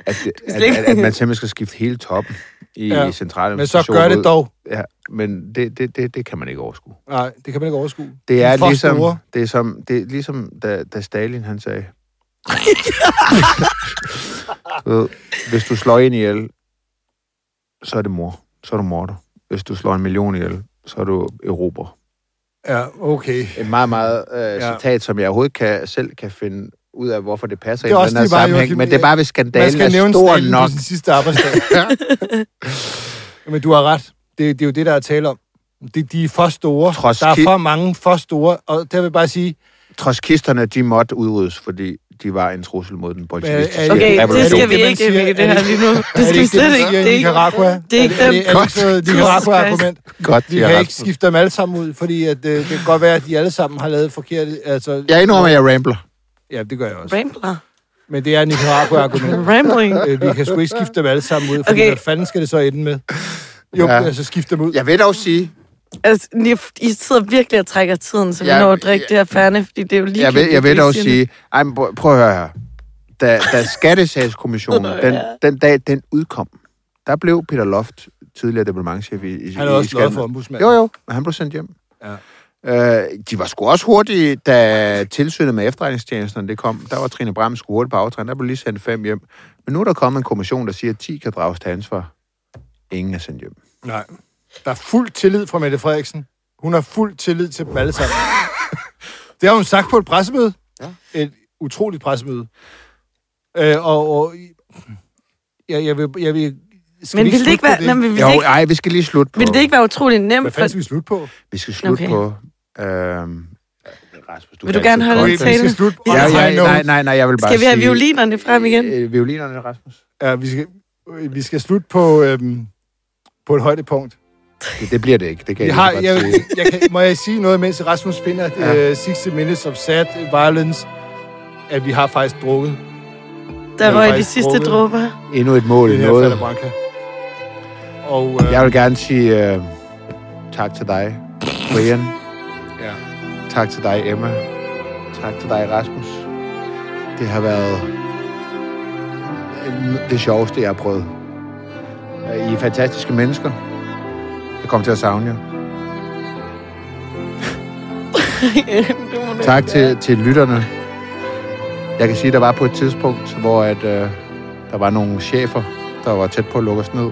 at, at, at, at man simpelthen skal skifte hele toppen i Ja, ja. centrale men så gør det dog. Ja, men det, det, det, det kan man ikke overskue. Nej, det kan man ikke overskue. De Det er, for ligesom, store. det er, som, det er ligesom, da, da Stalin han sagde, Du ved, hvis du slår en ihjel, så er det mor. Så er du morder. Hvis du slår en million ihjel, så er du erobrer. Ja, okay. et meget, meget øh, ja. citat, som jeg overhovedet kan, selv kan finde ud af, hvorfor det passer Det er ind i også den her lige meget, sammenhæng. Joachim, øh, men det er bare, hvis Man skandalen skal er nævne stor Stalin nok. på sin sidste arbejdsdag. Men du har ret. Det, det er jo det, der er tale om. Det, de er for store. Trods der er ki- for mange for store. Og der vil jeg bare sige, Trods kisterne, de måtte udryddes, fordi de var en trussel mod den bolsjevistiske er- Okay, Ja, det revolution. skal vi det, man ikke, siger, Mikkel, er det her det- lige nu. Det skal vi slet ikke. Det er ikke, Nicaragua. det er ikke dem. Det er ikke noget Nicaragua-argument. Godt, Vi siger kan ikke Rasmus. skifte dem alle sammen ud, fordi at, øh, det kan godt være, at de alle sammen har lavet forkert... Altså, Jeg indrømmer, at jeg rambler. ja, det gør jeg også. Rambler. Men det er Nicaragua-argument. Rambling. Øh, vi kan sgu ikke skifte dem alle sammen ud, for okay. Okay. hvad fanden skal det så ende med? Jo, Ja. ja. altså skifte dem ud. Ja. Jeg vil dog sige, Altså, I- I sidder virkelig og trækker tiden, så vi Ja, når at drikke ja. det her færne, fordi det er jo lige... jeg vil, jeg vil dog sige, ej, men prøv, prøv at høre her. Da, da Skattesagskommissionen, Nå, den, ja. den dag den udkom, der blev Peter Loft tidligere departementchef i, i, Han er i også glad Skat- for ombudsmanden. Jo, jo, men han blev sendt hjem. Ja. Øh, de var sgu også hurtige, da tilsynet med efterretningstjenesterne det kom. Der var Trine Bram sgu hurtigt på aftræden. Der blev lige sendt fem hjem. Men nu er der kommet en kommission, der siger, at 10 kan drages til ansvar. Ingen er sendt hjem. Nej. Der er fuld tillid fra Mette Frederiksen. Hun har fuld tillid til dem alle sammen. det har hun sagt på et pressemøde. Ja. Et utroligt pressemøde. Øh, og, og jeg, jeg vil... Jeg vil skal Men vi vil det ikke slutte være... på det? Nå, men vil Jo, det ikke, ej, vi skal lige slutte på... vil det ikke være utroligt Hvad nemt? For, fanden skal vi slutte på? Vi skal slutte Okay. okay. på... Øh, Rasmus, du Vil kan du gerne altid holde godt- Okay, vi en tale? skal slutte på. Ja, ja, nej, nej, nej, jeg vil bare skal vi have sige- violinerne frem igen? Øh, violinerne, Rasmus. Ja, vi skal, øh, vi skal slutte på, øhm, på et højdepunkt. Det, det bliver det ikke. Det kan Jeg jeg, har, lige jeg, så godt sige. jeg, jeg kan, må jeg sige noget, mens Rasmus finder ja. Ja. uh, 60 Minutes of Sad Violence, at vi har faktisk drukket Der Ja, røg de faktisk sidste drukket. dråber. Endnu et mål. det her Noget. Fanta Branca. Og uh, Jeg vil gerne sige øh, tak til dig, Brian. Ja. Tak til dig, Emma. Tak til dig, Rasmus. Det har været øh, det sjoveste, jeg har prøvet. Øh, I er fantastiske mennesker. Jeg kommer til at savne jer. Du må nu- Tak til, til lytterne. Jeg kan sige, at der var på et tidspunkt, hvor at, øh, der var nogle chefer, der var tæt på at lukke os ned.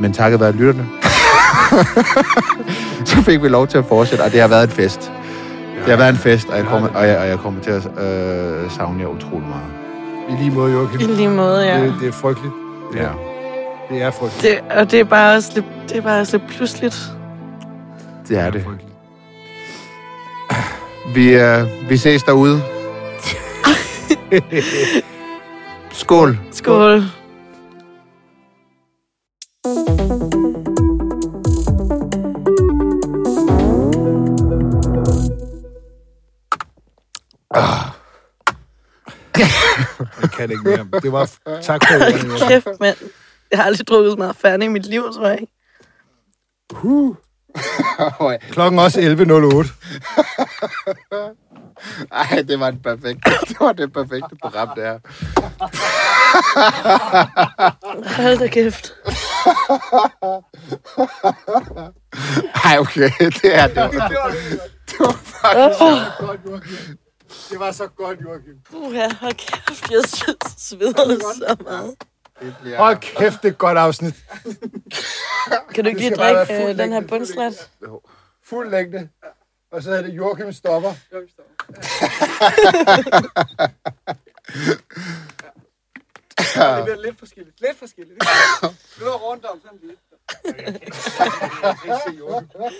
Men takket være lytterne, så fik vi lov til at fortsætte, og det har været en fest. Det har været en fest, og jeg kommer, og jeg, og jeg kommer til at øh, savne jer utrolig meget. i lige måde, Joachim. I lige måde, ja. Det, det er frygteligt. Ja. Ja. Det er frygteligt. Det, og det er bare også lidt, det er bare også lidt pludseligt. Det er det. frygteligt. Vi, øh, vi ses derude. Skål. Skål. Jeg kan ikke mere. Det var f- tak for det. Kæft, mand. Jeg har aldrig drukket så meget færdig i mit liv, tror jeg. ikke. Klokken også 11.08. Ej, det var, den perfekte, det var det perfekte program, det her. Hold da kæft. Ej, okay. Det er det. Var, Det var så godt, Joachim. Uh, ja, hold kæft, jeg sveder så meget. Hold kæft, det er et godt afsnit. Kan du ikke lige skal bare drikke være fuld øh, den her længde. bundslat? Fuld længde. Og så er det Joachim stopper. Det bliver lidt forskelligt. Lidt forskelligt. Det var rundt om sådan lidt. Jeg kan ikke se Joachim.